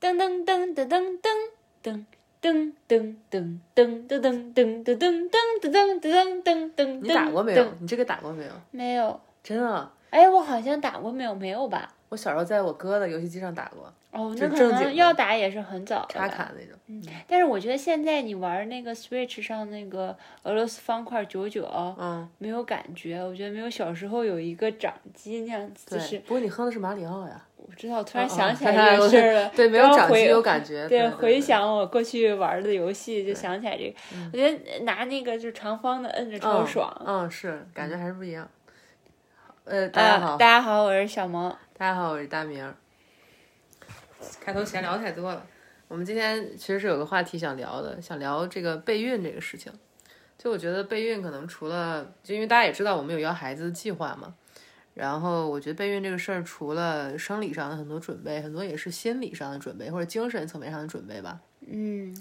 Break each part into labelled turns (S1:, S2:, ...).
S1: 噔噔噔噔噔噔噔噔噔噔噔噔噔噔噔噔噔噔噔噔噔。
S2: 你打过没有？？你这个打过没有？
S1: 没有。
S2: 真的，
S1: 哎，我好像打过没有？没有吧？
S2: 我小时候在我哥的游戏机上打过，
S1: 哦，
S2: 就
S1: 那
S2: 是
S1: 可
S2: 正经
S1: 能
S2: 的
S1: 要打也是很早的吧。
S2: 插卡那种。
S1: 但是我觉得现在你玩那个 Switch 上那个俄罗斯方块九九，
S2: 嗯，
S1: 没有感觉，我觉得没有小时候有一个掌机那样子，
S2: 对。
S1: 就是
S2: 不过你哼的是马里奥呀。
S1: 我知道，我突
S2: 嗯
S1: 然
S2: 嗯
S1: 想起
S2: 看来
S1: 来这
S2: 我
S1: 个事儿了，
S2: 对，没有
S1: 然后
S2: 掌机
S1: 回
S2: 有感觉。
S1: 对，
S2: 对，
S1: 回。想我过去玩的游戏，就想起来这个。我觉得拿那个就是长方的摁着超
S2: 嗯
S1: 爽。呃
S2: 嗯，是，感觉还是不一样。呃，大家
S1: 啊，
S2: 好，
S1: 大家好，我是小萌。
S2: 大家好，我是大明儿。开头闲聊太多了，我们今天其实是有个话题想聊的，想聊这个备孕这个事情。就我觉得备孕可能除了，就因为大家也知道我们有要孩子的计划嘛，然后我觉得备孕这个事儿，除了生理上的很多准备，很多也是心理上的准备或者精神层面上的准备吧。
S1: 嗯，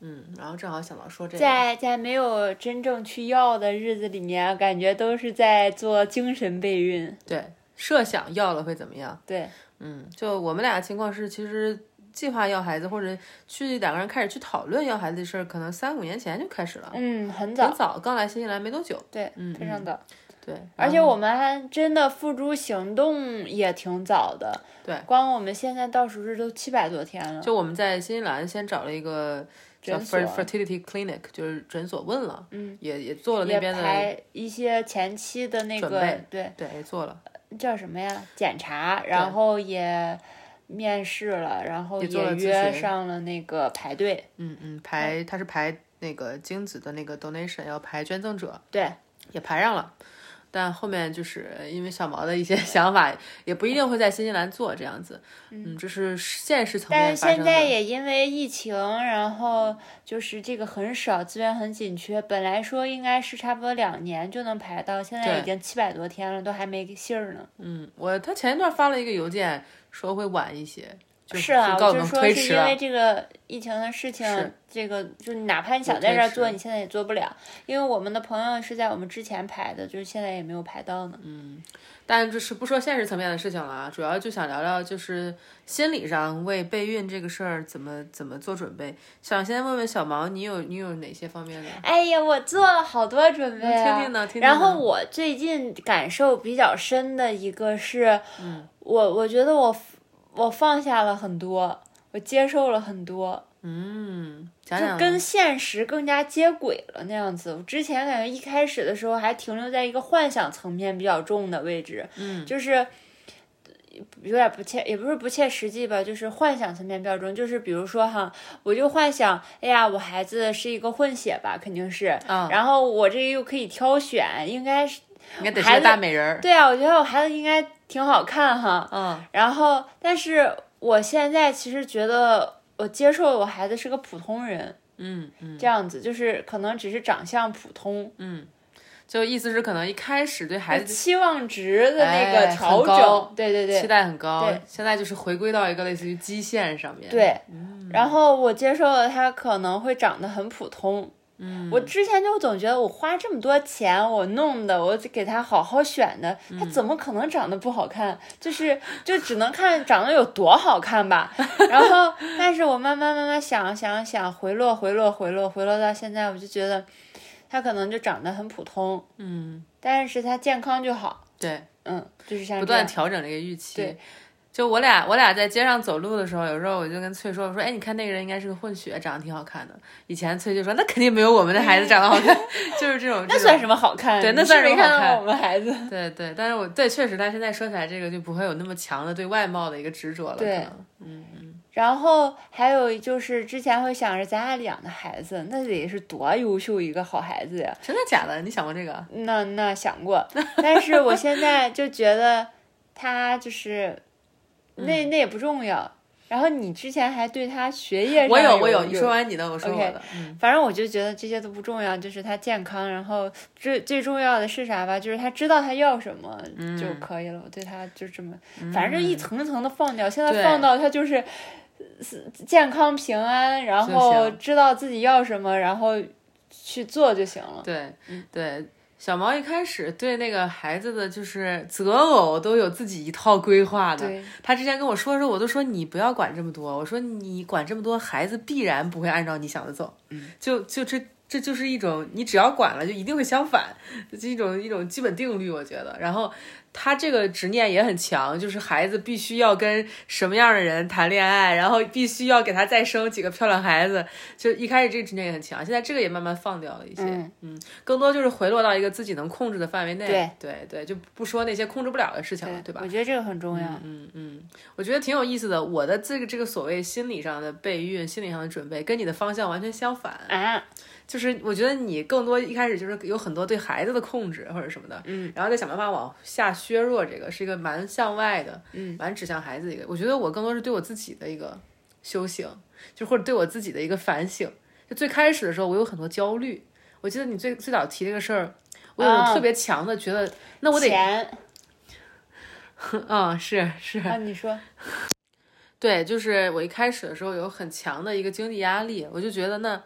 S2: 嗯，然后正好想到说这个，
S1: 在在没有真正去要的日子里面，感觉都是在做精神备孕。
S2: 对，设想要了会怎么样？
S1: 对，
S2: 嗯，就我们俩情况是，其实计划要孩子或者去两个人开始去讨论要孩子的事儿，可能三五年前就开始了，
S1: 嗯，很
S2: 很
S1: 早，
S2: 早，刚来新西兰没多久。
S1: 对，
S2: 嗯
S1: 非常早。
S2: 对，
S1: 而且
S2: 然后
S1: 我们还真的付诸行动也挺早的。
S2: 对，
S1: 光我们现在倒数日都七百多天了。
S2: 就我们在新西兰先找了一个叫
S1: 诊所
S2: fer- fertility clinic，就是诊所问了，
S1: 嗯，
S2: 也也做了那
S1: 也
S2: 边的，
S1: 排一些前期的那
S2: 准
S1: 个
S2: 备
S1: 对
S2: 对，也做了，
S1: 叫什么呀？检查，然后也面试了，然后
S2: 也做了
S1: 也
S2: 咨
S1: 约
S2: 询
S1: 上了那个排队。
S2: 嗯嗯，排他是排那个精子的那个 donation，要排捐赠者，
S1: 对，
S2: 也排上了。但后面就是因为小毛的一些 想法，也不一定会在新西兰做这样子。嗯，这是现实层
S1: 但
S2: 面
S1: 是
S2: 发生
S1: 现在
S2: 的。
S1: 也因为疫情，然后就是这个很少，资源很紧缺。本来说应该是差不多两年就能排到，现在
S2: 对
S1: 已经七百多天了，都还没信儿呢。
S2: 嗯，我他前一段发了一个邮件，说会晚一些，就是
S1: 啊，
S2: 告
S1: 我
S2: 诉
S1: 就
S2: 我们
S1: 说
S2: 推
S1: 是
S2: 迟
S1: 因
S2: 了
S1: 为。这个疫情的事情
S2: 是，
S1: 这个就哪怕你想
S2: 有
S1: 在这儿
S2: 推迟
S1: 做，你现在也做不了，因为我们的朋友是在我们之前排的，就是现在也没有排到
S2: 嗯
S1: 呢。
S2: 但就是不说现实层面的事情了啊，主要就想聊聊就是心理上为备孕这个事儿怎么怎么做准备。想先问问小毛，你有你有哪些方面的？
S1: 哎呀，我做了好多准备、啊，
S2: 嗯听听呢，听听呢。
S1: 然后我最近感受比较深的一个是，
S2: 嗯
S1: 我我觉得我 f- 我放下了很多，我接受了很多，
S2: 嗯，讲
S1: 就
S2: 讲
S1: 跟现实更加接轨了那样子。我之前感觉一开始的时候还停留在一个幻想层面比较重的位置，嗯，就是。有点不切，也不是不切实际吧，就是幻想层面比较重。就是比如说哈，我就幻想，哎呀，我孩子是一个混血吧，肯定是，
S2: 啊，
S1: 然后我这又可以挑选，应该是
S2: 应该得是
S1: 孩
S2: 个
S1: 子
S2: 大美人儿。
S1: 对啊，我觉得我孩子应该挺好看哈。
S2: 嗯，
S1: 然后，但是我现在其实觉得我接受我孩子是个普通人，
S2: 嗯嗯
S1: 这样子就是可能只是长相普通，
S2: 嗯，就意思是可能一开始对孩子
S1: 期望值的那
S2: 哎
S1: 个
S2: 很
S1: 调整，
S2: 高
S1: 对对
S2: 期
S1: 对
S2: 待很高
S1: 对，
S2: 现在就是回归到一个类似于基线上面。，
S1: 对。嗯然后我接受了他可能会长得很普通。嗯，我之前就总觉得我花这么多钱，我弄的，我给他好好选的，
S2: 嗯
S1: 他怎么可能长得不好看？就是就只能看长得有多好看 吧。然后，但是我慢慢慢慢想想想，回落回落回落回落到现在，我就觉得他可能就长得很普通，
S2: 嗯，
S1: 但是他健康就好。
S2: 对，
S1: 嗯，就是像
S2: 不
S1: 这样
S2: 断。调整这个预期。
S1: 对。
S2: 就我俩，我俩在街上走路的时候，有时候我就跟翠说：“我说，哎，你看那个人应该是个混血，长得挺好看的。”以前翠就说：“那肯定没有我们的孩子长得好看。” 就是这种，
S1: 那算
S2: 是
S1: 什么好看？
S2: 对那
S1: 你是
S2: 算什
S1: 没
S2: 么好
S1: 看到
S2: 看
S1: 我们孩子。
S2: 对对。但是我对确实，他现在说起来这个就不会有那么强的对外貌的一个执着了。
S1: 对
S2: 可能，嗯嗯，
S1: 然后还有就是之前会想着咱俩养的孩子，那得是多优秀一个好孩子呀。
S2: 真的假的？你想过这个？
S1: 那那想 过，但是我现在就觉得他就是，
S2: 嗯
S1: 那那也不重要。然后你之前还对他学业上
S2: 我有我
S1: 有
S2: 有，你说完你的，我说
S1: OK
S2: 我的。嗯
S1: 反正我就觉得这些都不重要，就是他健康，然后最最重要的是啥吧？就是他知道他要什么
S2: 嗯
S1: 就可以了。我对他就这么，反正一层一层的放掉，现在
S2: 对
S1: 放到他就是呃健康平安，然
S2: 就
S1: 后
S2: 行
S1: 知道自己要什么，然后去做就行了。
S2: 对对，小毛一开始对那个孩子的就是择偶都有自己一套规划的。
S1: 对嗯
S2: 他之前跟我说的时候，我都说你不要管这么多，我说你管这么多，孩子必然不会按照你想的走。嗯，就就这这就是一种你只要管了，就一定会相反，这一种一种基本定律，我觉得。然后他这个执念也很强，就是孩子必须要跟什么样的人谈恋爱，然后必须要给他再生几个漂亮孩子。就一开始这个执念也很强，现在这个也慢慢放掉了一些。
S1: 嗯
S2: 更多就是回落到一个自己能控制的范围内。
S1: 对
S2: 对对就不说那些控制不了的事情了，对吧？
S1: 我觉得这个很重要。
S2: 嗯嗯，我觉得挺有意思的。我的这个这个所谓心理上的备孕、心理上的准备，跟你的方向完全相反。
S1: 啊，
S2: 就是我觉得你更多一开始就是有很多对孩子的控制或者什么的，嗯，然后再想办法往下削弱这个，是一个蛮向外的，嗯，蛮指向孩子的一个。我觉得我更多是对我自己的一个修行，就或者对我自己的一个反省。就最开始的时候，我有很多焦虑。我记得你最最早提这个事儿，我有
S1: 啊
S2: 种特别强的觉得， 那我得，
S1: 钱
S2: 嗯，是是，
S1: 啊，你 说
S2: 对，就是我一开始的时候有很强的一个经济压力，我就觉得那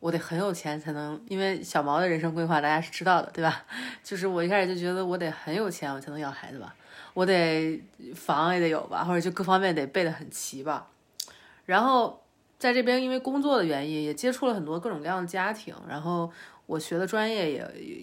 S2: 我得很有钱才能，因为小毛的人生规划大家是知道的，对吧？ 就是我一开始就觉得我得很有钱，我才能要孩子吧，我得房也得有吧，或者就各方面得备得很齐吧。然后在这边因为工作的原因，也接触了很多各种各样的家庭，然后我学的专业也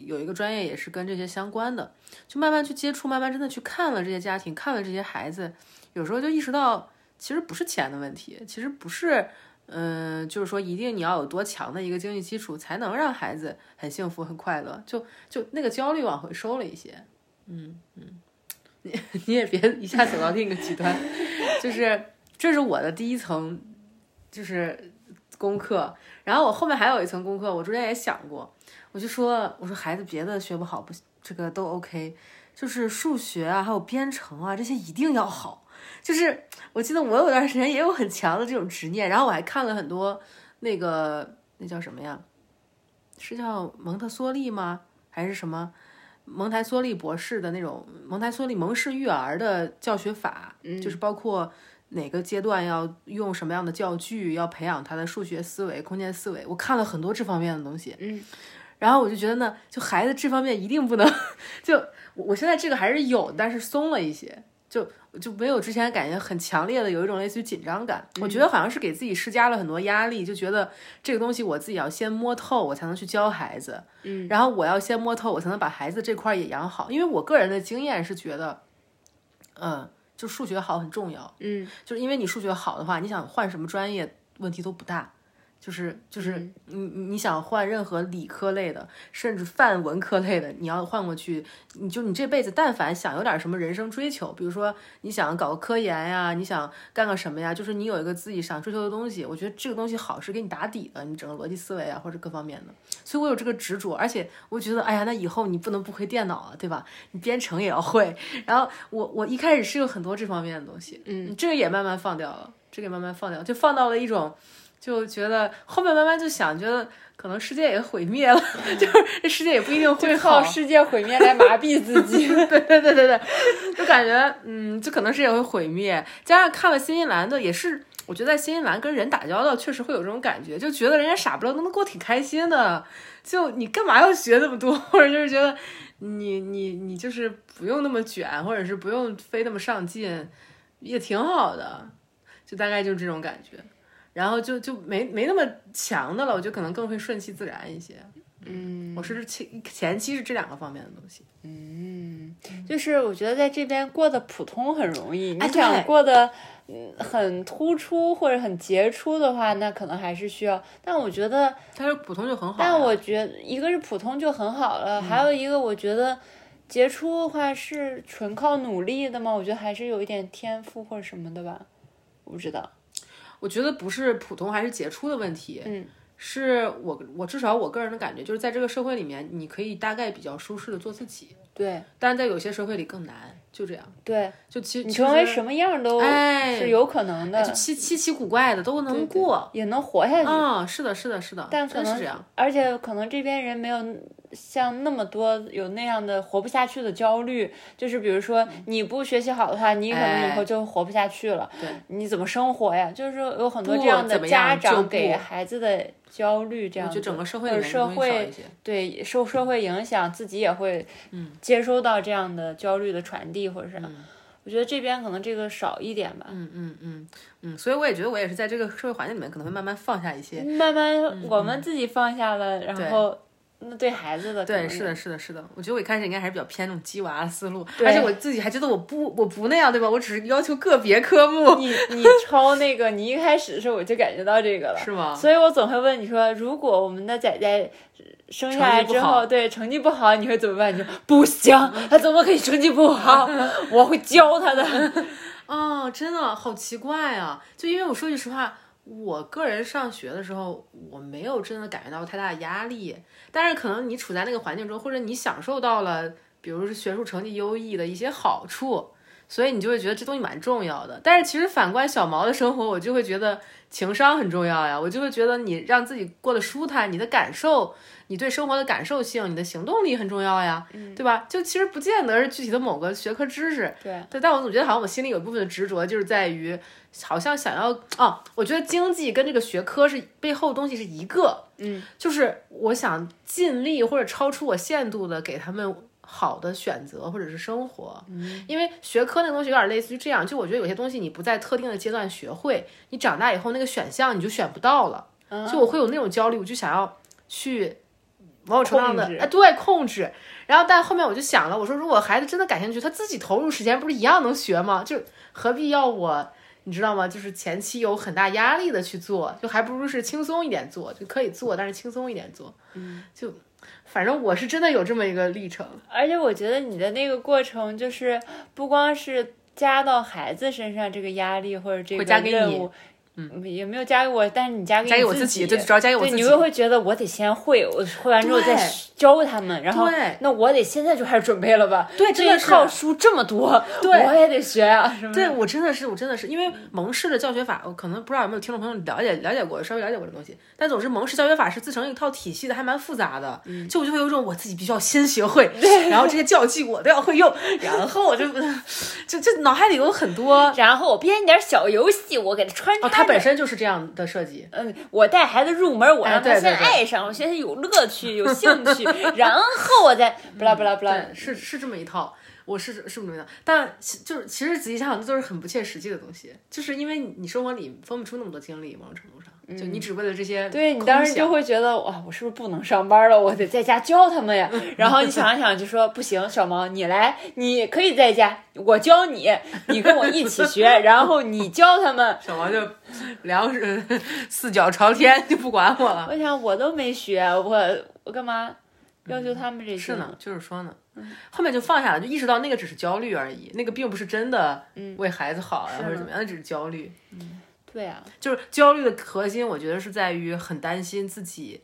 S2: 有一个专业也是跟这些相关的，就慢慢去接触，慢慢真的去看了这些家庭，看了这些孩子，有时候就意识到其实不是钱的问题，其实不是。嗯，就是说，一定你要有多强的一个经济基础，才能让孩子很幸福、很快乐。就就那个焦虑往回收了一些，嗯嗯，你 你也别一下走到另一个极端，就是这是我的第一层，就是功课。然后我后面还有一层功课，我中间也想过，我就说我说孩子别的学不好不这个都 OK，就是数学啊，还有编程啊这些一定要好。就是我记得我有段时间也有很强的这种执念，然后我还看了很多那个那叫什么呀？是叫蒙特梭利吗？还是什么蒙台梭利博士的那种蒙台梭利蒙氏育儿的教学法？就是包括哪个阶段要用什么样的教具，要培养他的数学思维、空间思维。我看了很多这方面的东西，
S1: 嗯，
S2: 然后我就觉得呢，就孩子这方面一定不能， 就我我现在这个还是有，但是松了一些。就就没有之前感觉很强烈的有一种类似于紧张感，我觉得好像是给自己施加了很多压力，就觉得这个东西我自己要先摸透，我才能去教孩子，嗯，然后我要先摸透，我才能把孩子这块儿也养好，因为我个人的经验是觉得，嗯，就数学好很重要，
S1: 嗯，
S2: 就是因为你数学好的话，你想换什么专业问题都不大。就是就是你你你想换任何理科类的，甚至泛文科类的，你要换过去，你就你这辈子但凡想有点什么人生追求，比如说你想搞个科研呀、你想干个什么呀，就是你有一个自己想追求的东西，我觉得这个东西好是给你打底的，你整个逻辑思维啊或者各方面的。所以我有这个执着，而且我觉得，哎呀，那以后你不能不会电脑了，啊对吧？你编程也要会。然后我我一开始是有很多这方面的东西，嗯，这个也慢慢放掉了，这个也慢慢放掉，就放到了一种。就觉得后面慢慢就想，觉得可能世界也毁灭了， 就是这世界也不一定会
S1: 就
S2: 好
S1: 靠，世界毁灭来麻痹自己。
S2: 对对对对对，就感觉嗯，就可能是也会毁灭。加上看了新西兰的，也是我觉得在新西兰跟人打交道，确实会有这种感觉，就觉得人家傻不愣登的过得挺开心的。就你干嘛要学那么多， 或者就是觉得你你你就是不用那么卷，或者是不用非那么上进，也挺好的。就大概就是这种感觉，然后就就没没那么强的了，我就可能更会顺其自然一些。 嗯，我是前前期是这两个方面的东西。嗯
S1: 嗯就是我觉得在这边过得普通很容易，
S2: 哎
S1: 你
S2: 对
S1: 想过得嗯很突出或者很杰出的话，那可能还是需要。但我觉得，
S2: 但是普通就很好呀。
S1: 但我觉得一个是普通就很好了，还
S2: 嗯
S1: 有一个我觉得杰出的话是纯靠努力的吗？我觉得还是有一点天赋或者什么的吧，我不知道。
S2: 我觉得不是普通还是杰出的问题，
S1: 嗯，
S2: 是我我至少我个人的感觉就是在这个社会里面，你可以大概比较舒适的做自己，
S1: 对
S2: 但是在有些社会里更难，就这样。
S1: 对，
S2: 就其
S1: 你成为
S2: 其实
S1: 什么样都
S2: 哎
S1: 是有可能的，
S2: 就稀稀奇古怪的都能过。嗯
S1: 也能活下去。
S2: 啊、是的，是的，是的，
S1: 但可
S2: 真是
S1: 能
S2: 这样。
S1: 而且可能这边人没有像那么多有那样的活不下去的焦虑，就是比如
S2: 嗯
S1: 说你不学习好的话，你可能以后就活不下去了，
S2: 哎对
S1: 你怎么生活呀？就是有很多
S2: 不
S1: 这样的
S2: 怎么样
S1: 家
S2: 就
S1: 长
S2: 不
S1: 给孩子的焦虑，这样
S2: 就整
S1: 子
S2: 个社会
S1: 或
S2: 里
S1: 者
S2: 面
S1: 社
S2: 东西少
S1: 会
S2: 一些。
S1: 对受社会影响，自己也会
S2: 嗯
S1: 接收到这样的焦虑的传递，或者是、我觉得这边可能这个少一点吧。
S2: 嗯嗯嗯嗯，所以我也觉得我也是在这个社会环境里面，可能会慢慢放下一些。
S1: 慢慢
S2: 嗯
S1: 我们自己放下了，然后那对孩子的可
S2: 对，
S1: 能
S2: 是
S1: 也
S2: 的，是的，是的。我觉得我一开始应该还是比较偏那种鸡娃的思路，
S1: 对
S2: 而且我自己还觉得我不我不那样，对吧？我只是要求个别科目，
S1: 你 你抄那个，你一开始的时候我就感觉到这个了，
S2: 是吗？
S1: 所以我总会问你说，如果我们的仔仔生下来之
S2: 成绩不好
S1: 后，对成绩不好，你会怎么办？你说不行，他怎么可以成绩不 好？我会教他的。
S2: 哦，真的好奇怪啊！就因为我说句实话，我个人上学的时候，我没有真的感觉到太大的压力，但是可能你处在那个环境中，或者你享受到了，比如是学术成绩优异的一些好处。所以你就会觉得这东西蛮重要的，但是其实反观小毛的生活，我就会觉得情商很重要呀，我就会觉得你让自己过得舒坦，你的感受，你对生活的感受性，你的行动力很重要呀，对吧？就其实不见得是具体的某个学科知识，
S1: 对，
S2: 对，但我总觉得好像我心里有一部分的执着，就是在于好像想要哦，我觉得经济跟这个学科是背后的东西是一个，
S1: 嗯，
S2: 就是我想尽力或者超出我限度的给他们好的选择或者是生活，嗯，因为学科那个东西有点类似于这样，就我觉得有些东西你不在特定的阶段学会，你长大以后那个选项你就选不到了，
S1: 嗯
S2: 就我会有那种焦虑，我就想要去。某种程度上的
S1: 控制
S2: 哎，对控制，然后但后面我就想了，我说如果孩子真的感兴趣，他自己投入时间，不是一样能学吗？就何必要我，你知道吗？就是前期有很大压力的去做，就还不如是轻松一点做，就可以做，但是轻松一点做。嗯，就反正我是真的有这么一个历程。
S1: 而且我觉得你的那个过程就是不光是加到孩子身上这个压力或者这个
S2: 会加给你
S1: 任务，嗯，也没有加给我，但是你加给
S2: 加
S1: 你
S2: 给我
S1: 自
S2: 自己，对，主要加给我
S1: 对，
S2: 自
S1: 你
S2: 己。
S1: 又会觉得我得先会，我会完之后再
S2: 对
S1: 教他们，然后
S2: 对
S1: 那我得现在就开始准备了吧？
S2: 对
S1: 这
S2: 真的
S1: 一
S2: 是
S1: 套书这么多，
S2: 对
S1: 我也得学啊，什么的
S2: 对我真的是，我真的是，
S1: 嗯
S2: 因为蒙氏的教学法，我可能不知道有没有听众朋友了解了解过，稍微了解过这东西。但总之，蒙氏教学法是自成一套体系的，还蛮复杂的。
S1: 嗯
S2: 就我就会有一种我自己必须要先学会，然后这些教具我都 要会用，然后我就就就脑海里有很 多。
S1: 然后我编点小游戏，我给他穿插、
S2: 哦，它本。身就是这样的设计。
S1: 嗯，我带孩子入门，我
S2: 哎
S1: 让他
S2: 对对
S1: 先
S2: 对
S1: 爱上，我先有乐趣、有兴趣， 然后我再不啦不啦不啦。
S2: 嗯对，是是这么一套，我是是这么一套，但其就是其实仔细想想，这都是很不切实际的东西，就是因为你你生活里分不出那么多精力，某种程度上，就你只为了这些
S1: 嗯
S2: 空想，
S1: 对你当时就会觉得哇，我是不是不能上班了？我得在家教他们呀。然后你想一想，就说不行，小毛你来，你可以在家，我教你，你跟我一起学，然后你教他们。
S2: 小王就两是四脚朝天，就不管我了。
S1: 我想我都没学，我我干嘛要求他们这些？
S2: 嗯是呢，就是说呢，后面就放下了，就意识到那个只是焦虑而已，那个并不是真的为孩子好呀、
S1: 是
S2: 或者
S1: 呢
S2: 怎么样，那只是焦虑。
S1: 对啊，
S2: 就是焦虑的核心，我觉得是在于很担心自己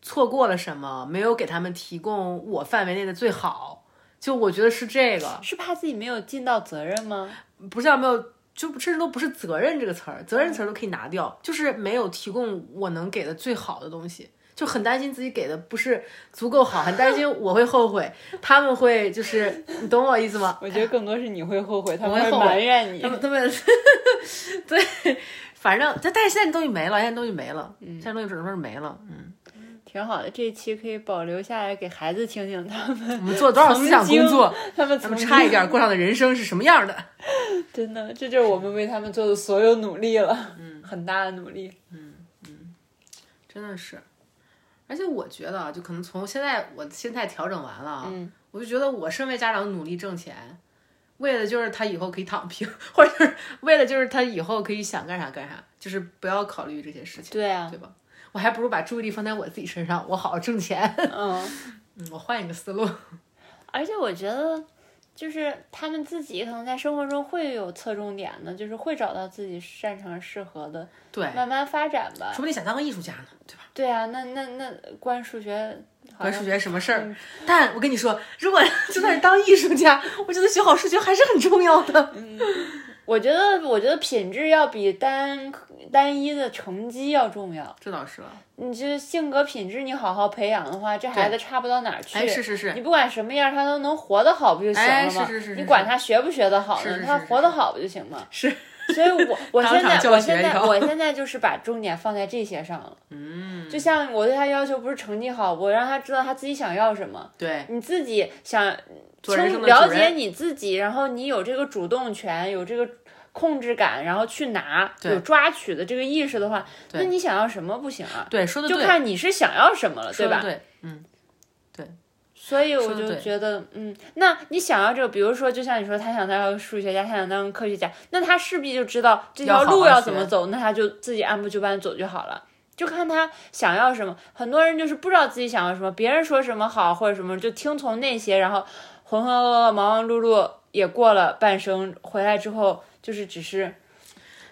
S2: 错过了什么，没有给他们提供我范围内的最好。就我觉得是这个，
S1: 是怕自己没有尽到责任吗？
S2: 不是叫啊没有，就甚至都不是责任这个词儿，责任词儿都可以拿掉，就是没有提供我能给的最好的东西，就很担心自己给的不是足够好，很担心我会后悔， 他们会就是你懂我意 思吗？
S1: 我觉得更多是你会后悔，他
S2: 我
S1: 们
S2: 会
S1: 会
S2: 后悔
S1: 埋怨你
S2: 他。们他们 对，反正但但是现在东西没了，现在东西没了，现在东西只能说是没了，嗯。
S1: 挺好的，这一期可以保留下来给孩子听听他们，
S2: 嗯我们做了多少思想工作，
S1: 他们怎
S2: 咱哦们
S1: 么
S2: 差一点过上的人生是什么样的？
S1: 真的，这就是我们为他们做的所有努力了，嗯，很大的努力。
S2: 真的是，而且我觉得，啊，就可能从现在我的心态调整完了啊，
S1: 嗯
S2: 我就觉得我身为家长努力挣钱，为的就是他以后可以躺平， 或者就是为了就是他以后可以想干啥干啥，就是不要考虑这些事情，
S1: 对 啊，
S2: 对吧？我还不如把注意力放在我自己身上，我好好挣钱。
S1: 嗯，
S2: 嗯，我换一个思路。
S1: 而且我觉得，就是他们自己可能在生活中会有侧重点的，就是会找到自己擅长适合的，
S2: 对，
S1: 慢慢发展吧
S2: 说。不定想当个艺术家呢，对吧？
S1: 对啊，那那那关数学好嗯
S2: 管
S1: 像
S2: 数学什么事儿？但我 跟你说，如果就算是当艺术家，我觉得学好数学还是很重要的。
S1: 我觉得，我觉得品质要比单单一的成绩要重要。
S2: 这倒是了。
S1: 你这性格品质你好好培养的话，这孩子差不到哪儿去。
S2: 哎，是是是，
S1: 你不管什么样，他都能活得好不就行了
S2: 哎，
S1: 吗？
S2: 是是是，
S1: 你管他学不学得好呢，
S2: 是是是
S1: 他
S2: 是
S1: 活得好不就行吗？
S2: 是。
S1: 所以我，我
S2: 当
S1: 现
S2: 场
S1: 在，
S2: 教
S1: 我
S2: 学
S1: 现在，
S2: 一套
S1: 我现在就是把重点放在这些上了。
S2: 嗯，
S1: 就像我对他要求不是成绩好，我让他知道他自己想要什么。
S2: 对，
S1: 你自己想
S2: 做人生
S1: 清
S2: 的主
S1: 了解
S2: 人，
S1: 你自己，然后你有这个主动权，有这个控制感，然后去拿，
S2: 对
S1: 有抓取的这个意识的话，
S2: 对
S1: 那你想要什么不行啊？
S2: 对，说的
S1: 就
S2: 对，
S1: 看你是想要什么了，
S2: 说
S1: 对
S2: 的
S1: 吧？
S2: 对，嗯，
S1: 所以我
S2: 说得
S1: 就
S2: 对
S1: 觉得，嗯，那你想要这个，比如说，就像你说，他想当数学家，他想当科学家，那他势必就知道这条
S2: 要好
S1: 路
S2: 好
S1: 要怎么
S2: 学
S1: 走，那他就自己按部就班走就好了。就看他想要什么，很多人就是不知道自己想要什么，别人说什么好或者什么，就听从那些，然后浑浑噩噩、忙忙碌碌也过了半生，回来之后就是只是，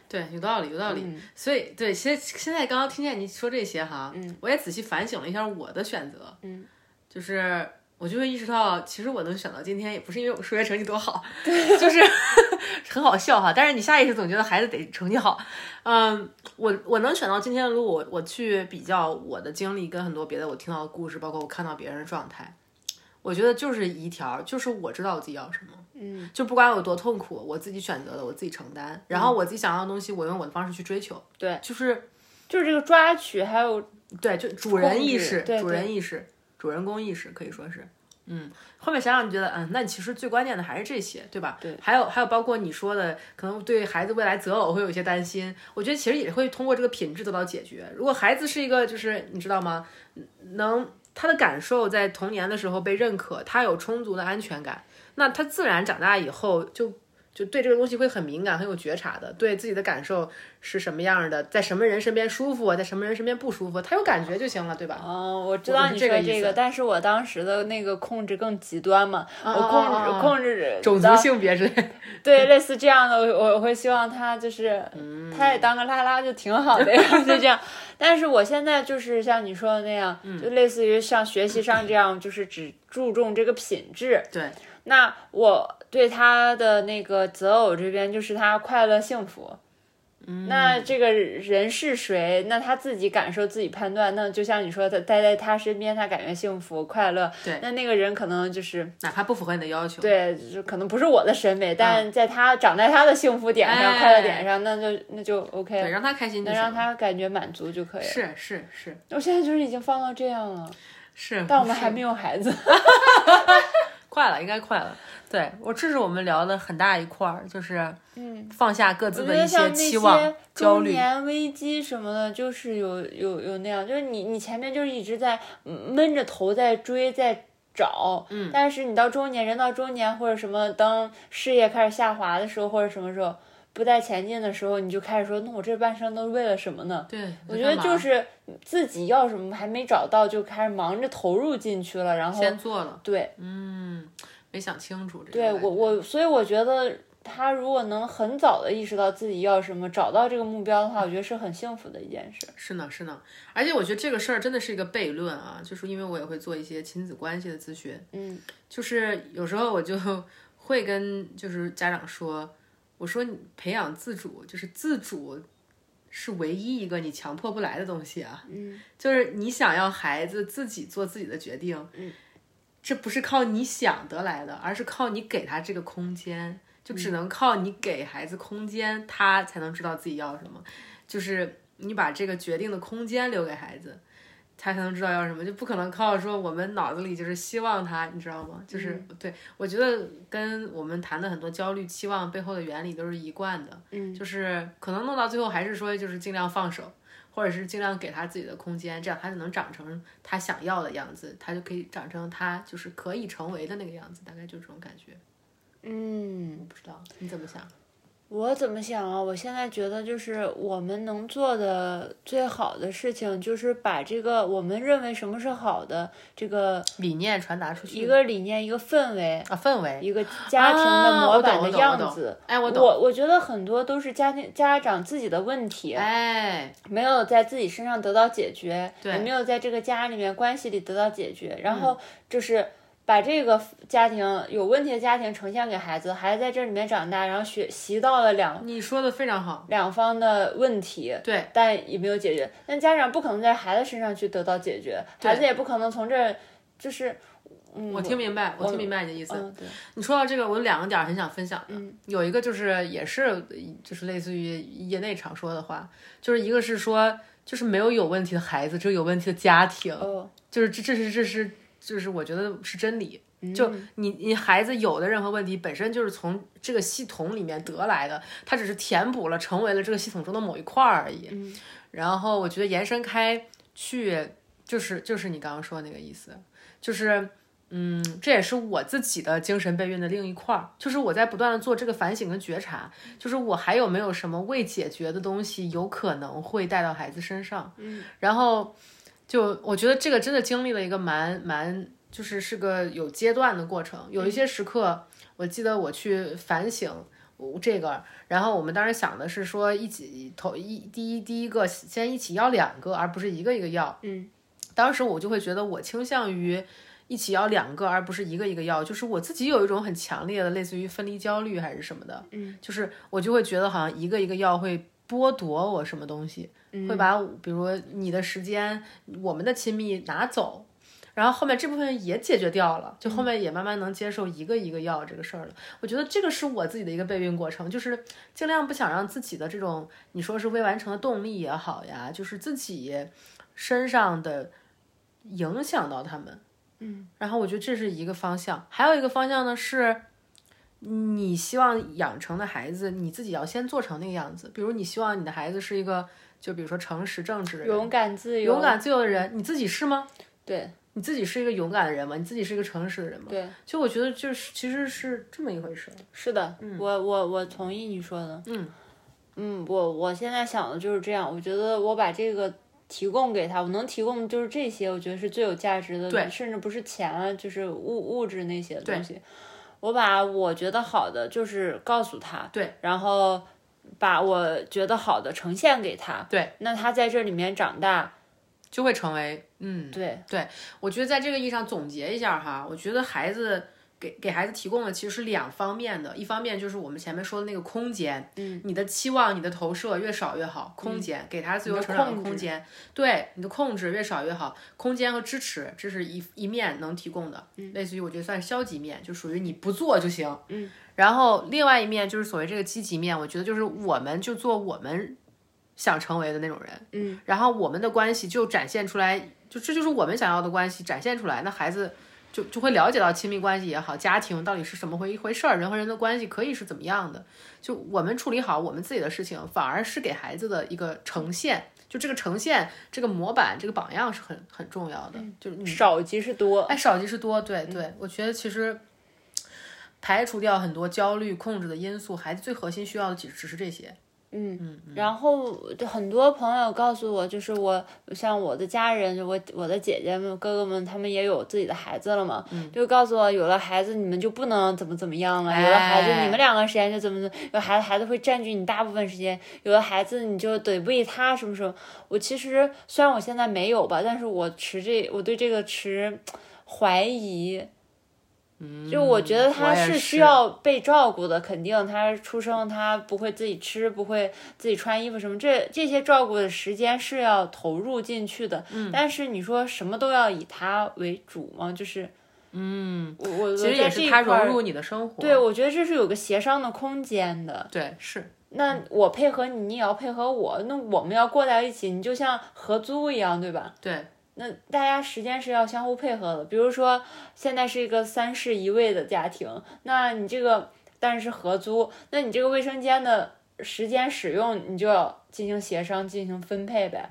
S2: 对，有道理，有道理。
S1: 嗯
S2: 所以，对，现现在刚刚听见你说这些哈，嗯，我也仔细反省了一下我的选择，
S1: 嗯，
S2: 就是我就会意识到，其实我能选到今天，也不是因为我数学成绩多好， 就是很好笑哈。但是你下意识总觉得孩子得成绩好，嗯，我我能选到今天的路，我我去比较我的经历跟很多别的我听到的故事，包括我看到别人的状态，我觉得就是一条，就是我知道我自己要什么。
S1: 嗯
S2: 就不管有多痛苦，我自己选择的，我自己承担。然后我自己想要的东西，我用我的方式去追求。
S1: 对，
S2: 就是
S1: 就是这个抓取，还有
S2: 对，就主人意识
S1: 控制、对
S2: 主人意识、主人公意识，可以说是，嗯。后面想想，你觉得，嗯，那你其实最关键的还是这些，对吧？
S1: 对。
S2: 还有还有，包括你说的，可能对孩子未来择偶会有一些担心，我觉得其实也会通过这个品质得到解决。如果孩子是一个，就是你知道吗，能他的感受在童年的时候被认可，他有充足的安全感，那他自然长大以后就就对这个东西会很敏感、很有觉察的，对自己的感受是什么样的，在什么人身边舒服，啊在什么人身边不舒服，他有感觉就行了，对吧？
S1: 嗯，我知
S2: 我
S1: 道
S2: 是
S1: 你
S2: 这
S1: 说
S2: 个
S1: 这
S2: 意思
S1: 但是我当时的那个控制更极端嘛，
S2: 啊
S1: 我
S2: 啊
S1: 控制、
S2: 啊啊
S1: 控制
S2: 种族
S1: 到
S2: 性别之类的，
S1: 对类似这样的，我我会希望他就是，
S2: 嗯
S1: 他也当个拉拉就挺好 的呀，就这样。但是我现在就是像你说的那样，
S2: 嗯
S1: 就类似于像学习上这样，就是只注重这个品质。
S2: 对，
S1: 那我对他的那个择偶这边，就是他快乐幸福。那这个人是谁？那他自己感受、自己判断。那就像你说的，待在他身边，他感觉幸福、快乐。
S2: 对
S1: 那那个人可能就是
S2: 哪怕不符合你的要求，
S1: 对，就可能不是我的审美，但在他长在他的幸福点上、
S2: 嗯哎
S1: 快乐点上，那就那就 OK
S2: 对，
S1: 了，
S2: 让他开心就
S1: 能
S2: 行
S1: 让
S2: 了。
S1: 他感觉满足就可以了。
S2: 是是是
S1: 我现在就是已经放到这样了，
S2: 是，
S1: 但我们还没有孩子。
S2: 快了，应该快了。对我，这是我们聊的很大一块儿，就是
S1: 嗯，
S2: 放下各自
S1: 我觉
S2: 的
S1: 得
S2: 一
S1: 像
S2: 些
S1: 那
S2: 期望
S1: 些、
S2: 焦
S1: 中
S2: 虑。
S1: 年危机什么的，就是有有有那样，就是你你前面就是一直在嗯闷着头在追在。找，嗯，但是你到中年，人到中年或者什么，当事业开始下滑的时候，或者什么时候不再前进的时候，你就开始说，那我这半生都是为了什么呢？
S2: 对，
S1: 我觉得
S2: 干嘛
S1: 就是自己要什么还没找到，就开始忙着投入进去了，然后
S2: 先做了，
S1: 对
S2: 嗯，没想清楚这个
S1: 对
S2: 问题。
S1: 我我，所以我觉得他如果能很早的意识到自己要什么，找到这个目标的话，我觉得是很幸福的一件事。
S2: 是呢，是呢，而且我觉得这个事儿真的是一个悖论啊，就是因为我也会做一些亲子关系的咨询，
S1: 嗯
S2: 就是有时候我就 会跟就是家长说，我说你培养自主，就是自主是唯一一个你强迫不来的东西啊，
S1: 嗯，
S2: 就是你想要孩子自己做自己的决定，
S1: 嗯，
S2: 这不是靠你想得来的，而是靠你给他这个空间，就
S1: 嗯
S2: 只能靠你给孩子空间，他才能知道自己要什么，就是你把这个决定的空间留给孩子。他才能知道要什么，就不可能靠说我们脑子里就是希望他，你知道吗？就是、对我觉得跟我们谈的很多焦虑、期望背后的原理都是一贯的，
S1: 嗯，
S2: 就是可能弄到最后还是说就是尽量放手，或者是尽量给他自己的空间，这样他就能长成他想要的样子，他就可以长成他就是可以成为的那个样子，大概就这种感觉。
S1: 嗯，
S2: 我不知道你怎么想？
S1: 我怎么想啊？我现在觉得就是我们能做的最好的事情，就是把这个我们认为什么是好的这个
S2: 理念传达出去，
S1: 一个理念、一个氛围、
S2: 啊氛围，
S1: 一个家庭的
S2: 啊
S1: 模
S2: 我懂
S1: 板
S2: 我
S1: 的
S2: 懂我
S1: 样
S2: 懂
S1: 子。
S2: 哎，我懂，
S1: 我我觉得很多都是家庭家长自己的问题，
S2: 哎，
S1: 没有在自己身上得到解决，
S2: 对嗯
S1: 也没有在这个家里面关系里得到解决，然后就是。把这个家庭有问题的家庭呈现给孩子，孩子在这里面长大，然后学习到了两
S2: 你说的非常好，
S1: 两方的问题，
S2: 对，
S1: 但也没有解决。但家长不可能在孩子身上去得到解决，孩子也不可能从这儿就是，嗯，
S2: 我听明白，我听明白你的意思。
S1: 嗯，对，
S2: 你说到这个，我有两个点儿很想分享的，有一个就是也是就是类似于业内常说的话，就是一个是说就是没有有问题的孩子，只有有问题的家庭，
S1: 哦，
S2: 就是这这是这是就是我觉得是真理。就你你孩子有的任何问题本身就是从这个系统里面得来的，它只是填补了成为了这个系统中的某一块儿而已。然后我觉得延伸开去，就是就是你刚刚说那个意思，就是嗯，这也是我自己的精神备孕的另一块儿，就是我在不断的做这个反省跟觉察，就是我还有没有什么未解决的东西，有可能会带到孩子身上。嗯，然后就我觉得这个真的经历了一个蛮蛮，就是是个有阶段的过程，有一些时刻，我记得我去反省。我这个，然后我们当时想的是说一起头一第一第一个先一起要两个，而不是一个一个要。
S1: 嗯，
S2: 当时我就会觉得我倾向于一起要两个，而不是一个一个要，就是我自己有一种很强烈的类似于分离焦虑还是什么的，嗯，就是我就会觉得好像一个一个要会剥夺我什么东西，会把我比如你的时间、我们的亲密拿走。然后后面这部分也解决掉了，就后面也慢慢能接受一个一个要这个事儿了。我觉得这个是我自己的一个备孕过程，就是尽量不想让自己的这种你说是未完成的动力也好呀，就是自己身上的影响到他们。嗯，然后我觉得这是一个方向，还有一个方向呢是，你希望养成的孩子，你自己要先做成那个样子。比如你希望你的孩子是一个，就比如说诚实正直的人，
S1: 哦勇敢自由，
S2: 勇敢自由的人，你自己是吗？
S1: 对
S2: 你自己是一个勇敢的人吗？你自己是一个诚实的人吗？
S1: 对，
S2: 就我觉得就是其实是这么一回事。
S1: 是的，
S2: 嗯
S1: 我我我同意你说的。嗯嗯，我我现在想的就是这样，我觉得我把这个提供给他，我能提供的就是这些，我觉得是最有价值的，甚至不是钱啊，就是物物质那些东西。我把我觉得好的就是告诉他，
S2: 对，
S1: 然后把我觉得好的呈现给他，
S2: 对，
S1: 那他在这里面长大，
S2: 就会成为嗯，
S1: 对
S2: 对，我觉得在这个意义上总结一下哈，我觉得孩子给给孩子提供的其实是两方面的，一方面就是我们前面说的那个空间，嗯，你的期望、你的投射越少越好，空间、给他自
S1: 嗯
S2: 由
S1: 你的
S2: 成长的
S1: 控
S2: 空
S1: 制
S2: 间，对你的控制越少越好，空间和支持，这是一一面能提供的，
S1: 嗯
S2: 类似于我觉得算消极面，就属于你不做就行，嗯，然后另外一面就是所谓这个积极面，我觉得就是我们就做我们想成为的那种人，嗯，然后我们的关系就展现出来，就这就是我们想要的关系展现出来，那孩子就就会了解到亲密关系也好，家庭到底是什么回一回事儿，人和人的关系可以是怎么样的，就我们处理好我们自己的事情，反而是给孩子的一个呈现。就这个呈现，这个模板，这个榜样是很很重要的。就是你
S1: 少即是多，
S2: 哎，少即是多，对对，我觉得其实排除掉很多焦虑控制的因素，孩子最核心需要的只只是这些。
S1: 然后就很多朋友告诉我，就是我像我的家人，就我我的姐姐们、哥哥们，他们也有自己的孩子了嘛，就告诉我，有了孩子你们就不能怎么怎么样了，有了孩子
S2: 哎
S1: 你们两个时间就怎么怎么，有孩子孩子会占据你大部分时间，有了孩子你就得为他什么什么。我其实虽然我现在没有吧，但是我持这我对这个持怀疑。就我觉得他
S2: 嗯我也
S1: 是
S2: 是
S1: 需要被照顾的，肯定他出生他不会自己吃，不会自己穿衣服什么，这这些照顾的时间是要投入进去的。嗯，但是你说什么都要以他为主吗？就是，嗯，我我
S2: 其实也是他融入，你的生活。
S1: 对我觉得这是有个协商的空间的。
S2: 对，是
S1: 那我配合你，你也要配合我，那我们要过在一起，你就像合租一样，对吧？
S2: 对，
S1: 那大家时间是要相互配合的。比如说，现在是一个三室一卫的家庭，那你这个但是合租，那你这个卫生间的时间使用，你就要进行协商，进行分配呗。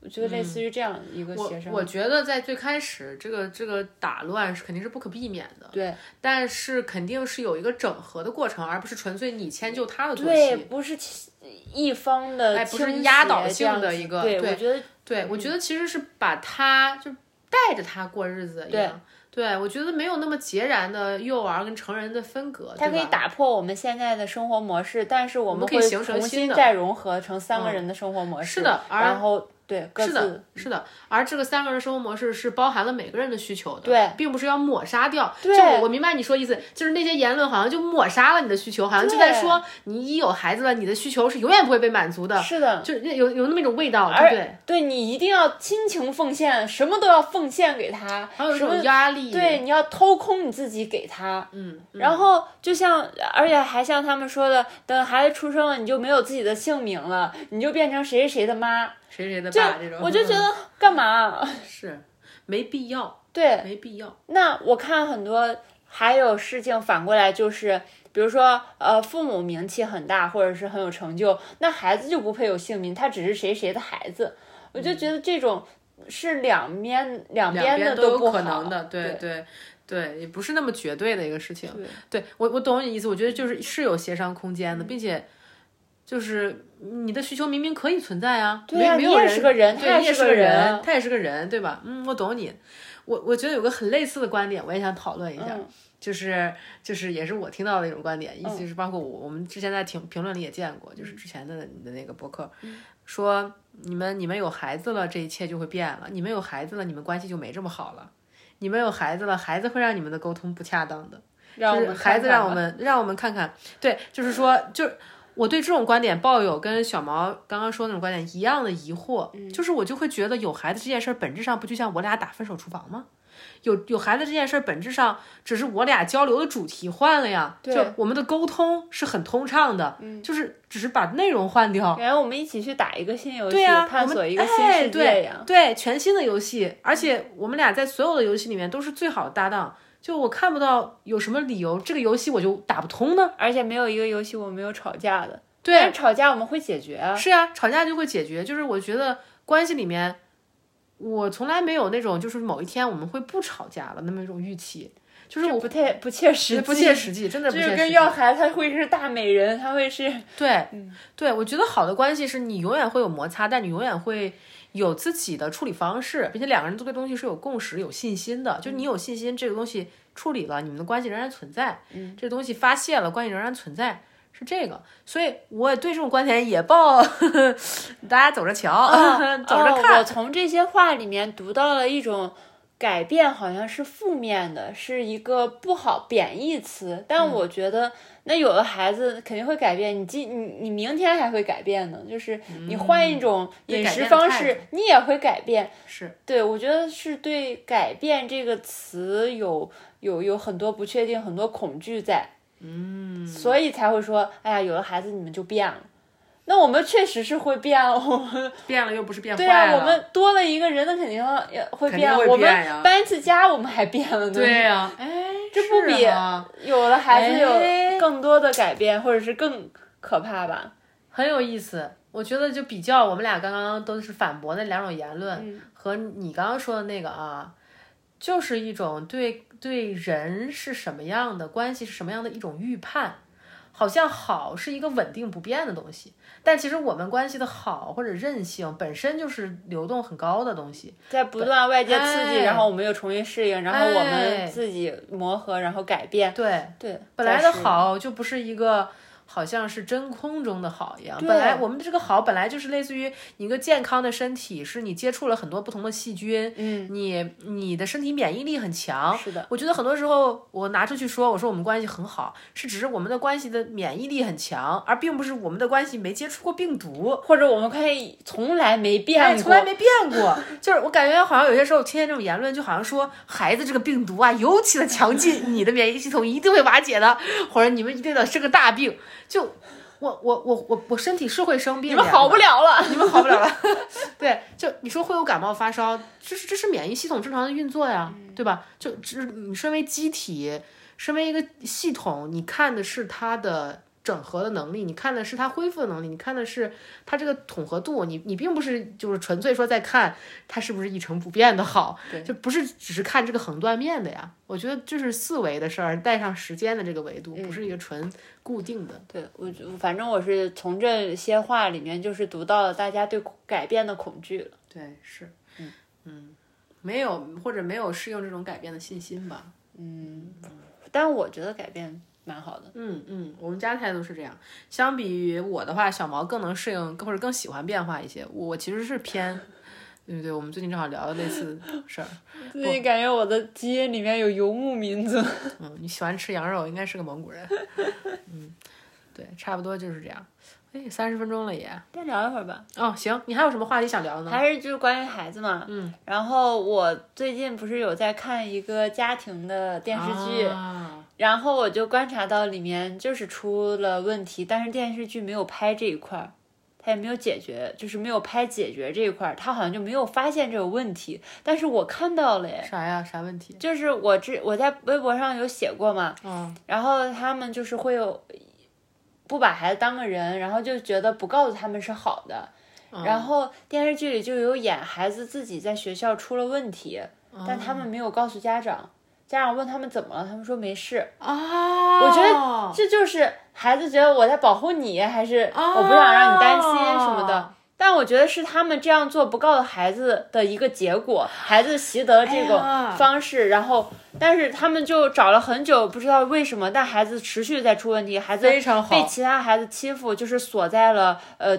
S1: 我觉得类似于这样一个
S2: 嗯我
S1: 协商，
S2: 我觉得在最开始这个这个打乱是肯定是不可避免的，
S1: 对
S2: 但是肯定是有一个整合的过程，而不是纯粹你迁就他的作
S1: 对，
S2: 息。
S1: 不是其一方的
S2: 哎不是
S1: 倾斜
S2: 压倒
S1: 这样
S2: 性的
S1: 子
S2: 一个
S1: 对，
S2: 对
S1: 我觉得
S2: 对，
S1: 嗯
S2: 我觉得其实是把他就带着他过日子一样。对，我觉得没有那么截然的幼儿跟成人的分隔，
S1: 它可
S2: 对
S1: 以
S2: 吧
S1: 打破我们现在的生活模式，但是我们
S2: 可以
S1: 会
S2: 形
S1: 重
S2: 成新
S1: 新
S2: 的嗯
S1: 再融合成三个人的生活模式。
S2: 是的而
S1: 然后对，各
S2: 是
S1: 自
S2: 的，是的，而这个三个人生活模式是包含了每个人的需求的，
S1: 对，
S2: 并不是要抹杀掉。
S1: 对
S2: 就我我明白你说意思，就是那些言论好像就抹杀了你的需求，好像就在
S1: 对
S2: 说你一有孩子了，你的需求是永远不会被满足的，
S1: 是的，
S2: 就有有那么一种味道，对
S1: 而
S2: 不对？
S1: 对你一定要亲情奉献，什么都要奉献给他，
S2: 还有一
S1: 什么
S2: 种压力，
S1: 对，你要掏空你自己给他。
S2: 嗯，嗯，
S1: 然后就像，而且还像他们说的，等孩子出生了，你就没有自己的姓名了，你就变成谁谁谁的妈。
S2: 谁谁的爸这种，
S1: 我就觉得干嘛？啊
S2: 是没必要，
S1: 对，
S2: 没必要，
S1: 那我看很多还有事情反过来就是，比如说呃，父母名气很大或者是很有成就，那孩子就不配有姓名，他只是谁谁的孩子。我就觉得这种是两面两
S2: 嗯两
S1: 边
S2: 边
S1: 的
S2: 都有
S1: 不
S2: 可
S1: 好，
S2: 能的，对
S1: 对
S2: 对对，也不是那么绝对的一个事情。对我我懂你意思，我觉得就是是有协商空间的，并且就是你的需求明明可以存在啊，
S1: 对啊
S2: 没
S1: 你
S2: 没有
S1: 也
S2: 人
S1: 是个人
S2: 对
S1: 他也
S2: 你也
S1: 是
S2: 是
S1: 个
S2: 个
S1: 人
S2: 他也是个人，对吧？嗯，我懂你。我我觉得有个很类似的观点，我也想讨论一下，
S1: 嗯
S2: 就是就是也是我听到的一种观点，意思就是包括我我们之前在评评论里也见过，
S1: 嗯
S2: 就是之前的你的那个博客、说你们你们有孩子了，这一切就会变了，你们有孩子了，你们关系就没这么好了，你们有孩子了，孩子会让你们的沟通不恰当的。
S1: 让我
S2: 就
S1: 们
S2: 是
S1: 看
S2: 孩子
S1: 看
S2: 让
S1: 吧
S2: 我们让我们看看，对，就是说，就是我对这种观点抱有跟小毛刚刚说的那种观点一样的疑惑，
S1: 嗯
S2: 就是我就会觉得有孩子这件事儿本质上不就像我俩打分手厨房吗？有有孩子这件事儿本质上只是我俩交流的主题换了呀，就
S1: 对嗯
S2: 我们的沟通是很通畅的，就是只是把内容换掉，
S1: 感觉我们一起去打一个新游戏，
S2: 哦对呀、我
S1: 探
S2: 们
S1: 索一个新
S2: 哎
S1: 世界
S2: 对
S1: 呀。
S2: 对，全新的游戏，而且我们俩在所有的游戏里面都是最好的搭档。就我看不到有什么理由，这个游戏我就打不通呢。
S1: 而且没有一个游戏我没有吵架的，但
S2: 对，
S1: 是吵架我们会解决啊。
S2: 是啊，吵架就会解决。就是我觉得关系里面，我从来没有那种就是某一天我们会不吵架了那么一种预期，就是
S1: 这
S2: 我
S1: 不太不切实际，
S2: 不切实际，真的
S1: 就
S2: 不切
S1: 是
S2: 实
S1: 跟
S2: 际。
S1: 要孩子，他会是大美人，他会是
S2: 对，
S1: 嗯
S2: 对，我觉得好的关系是你永远会有摩擦，但你永远会有自己的处理方式，并且两个人都对东西是有共识、有信心的。就你
S1: 嗯
S2: 有信心，这个东西处理了，你们的关系仍然存在；嗯、这个东西发泄了，关系仍然存在。是这个，所以我也对这种观点也抱， 大家走着瞧， 走着看。
S1: 哦。我从这些话里面读到了一种改变，好像是负面的，是一个不好贬义词。
S2: 嗯
S1: 但我觉得，那有的孩子肯定会改变，你今你你明天还会改变呢，就是你换一种
S2: 嗯对
S1: 饮
S2: 改
S1: 食
S2: 变的
S1: 方
S2: 态
S1: 式，你也会改变。
S2: 是，
S1: 对，我觉得是对“改变”这个词有有有很多不确定，很多恐惧在，嗯，所以才会说，哎呀，有了孩子你们就变了。那我们确实是会变，我 们
S2: 变了又不是变坏
S1: 对啊，
S2: 了
S1: 我们多了一个人，那肯定也会
S2: 肯定
S1: 变啊。
S2: 会
S1: 我
S2: 变呀
S1: 们搬一次家，我们还变了呢。
S2: 对，呀、哎，
S1: 这不
S2: 是
S1: 比
S2: 啊
S1: 有了孩子
S2: 哎
S1: 有更多的改变，或者是更可怕吧？
S2: 很有意思。我觉得就比较我们俩刚刚都是反驳那两种言论，和你刚刚说的那个啊，就是一种对对人是什么样的关系是什么样的一种预判。好像好是一个稳定不变的东西，但其实我们关系的好或者韧性本身就是流动很高的东西。
S1: 在不断外界刺激，
S2: 哎
S1: 然后我们又重新适应，然后我
S2: 哎
S1: 们自己磨合，然后改变。
S2: 对，
S1: 对，
S2: 本来
S1: 再
S2: 的
S1: 适应
S2: 好就不是一个好像是真空中的好一样，
S1: 对
S2: 本来我们这个好本来就是类似于一个健康的身体，是你接触了很多不同的细菌，嗯，你你的身体免疫力很强。
S1: 是的，
S2: 我觉得很多时候我拿出去说，我说我们关系很好，是指我们的关系的免疫力很强，而并不是我们的关系没接触过病毒。
S1: 或者我们可以从来没变
S2: 哎，
S1: 过，
S2: 从来没变 过。就是我感觉好像有些时候听见这种言论，就好像说孩子这个病毒啊，尤其的强劲，你的免疫系统一定会瓦解的，或者你们一定得是个大病。就我我我我我身体是会生病
S1: 你
S2: 的呀，
S1: 们好不了了。
S2: 你们好不了 了。对，就你说会有感冒发烧，这是这是免疫系统正常的运作呀，对吧？就只你身为机体，身为一个系统，你看的是它的整合的能力，你看的是它恢复的能力，你看的是它这个统合度，你你并不是就是纯粹说在看它是不是一成不变的好，就不是只是看这个横断面的呀。我觉得这是四维的事儿，带上时间的这个维度，不是一个纯固定的。
S1: 对我就，反正我是从这些话里面就是读到了大家对改变的恐惧了。
S2: 对，是，嗯嗯没有或者没有适应这种改变的信心吧。
S1: 嗯但我觉得改变蛮好的。
S2: 嗯嗯，我们家态度是这样。相比于我的话，小毛更能适应或者更喜欢变化一些。我其实是偏，对对，我们最近正好聊了类似的事儿。
S1: 最近感觉我的基因里面有游牧民族，
S2: 嗯，你喜欢吃羊肉，应该是个蒙古人。嗯，对，差不多就是这样。哎，三十分钟了也。
S1: 再聊一会儿吧。
S2: 哦，行，你还有什么话题想聊呢？
S1: 还是就是关于孩子嘛，嗯，然后我最近不是有在看一个家庭的电视剧，
S2: 啊
S1: 然后我就观察到里面就是出了问题，但是电视剧没有拍这一块儿，它也没有解决，就是没有拍解决这一块儿，它好像就没有发现这个问题，但是我看到了耶，
S2: 啥呀？啥问题？
S1: 就是我之我在微博上有写过嘛，
S2: 嗯
S1: 然后他们就是会有不把孩子当个人，然后就觉得不告诉他们是好的。然后电视剧里就有演孩子自己在学校出了问题，但他们没有告诉家长，家长问他们怎么了，他们说没事。
S2: 啊，
S1: 我觉得这就是孩子觉得我在保护你，还是我不想让你担心什么的。
S2: 哦
S1: 但我觉得是他们这样做不告诉孩子的一个结果，孩子习得了这种
S2: 哎呀
S1: 方式，然后，但是他们就找了很久，不知道为什么，但孩子持续在出问题，孩子
S2: 非常好
S1: 被其他孩子欺负，就是锁在了呃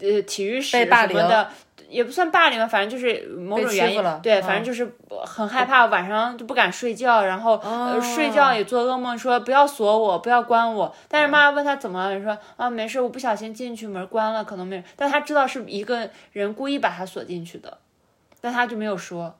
S1: 呃体育室
S2: 被霸
S1: 什么的。也不算霸凌吧，反正就是某种
S2: 被
S1: 原
S2: 欺负
S1: 因
S2: 了，
S1: 对，
S2: 嗯
S1: 反正就是很害怕，晚上就不敢睡觉，然后、
S2: 哦
S1: 呃、睡觉也做噩梦，说不要锁我，不要关我。但
S2: 哦
S1: 是妈妈问他怎么了，你说啊没事，我不小心进去门关了，可能没人。但他知道是一个人故意把他锁进去的，但他就没有说。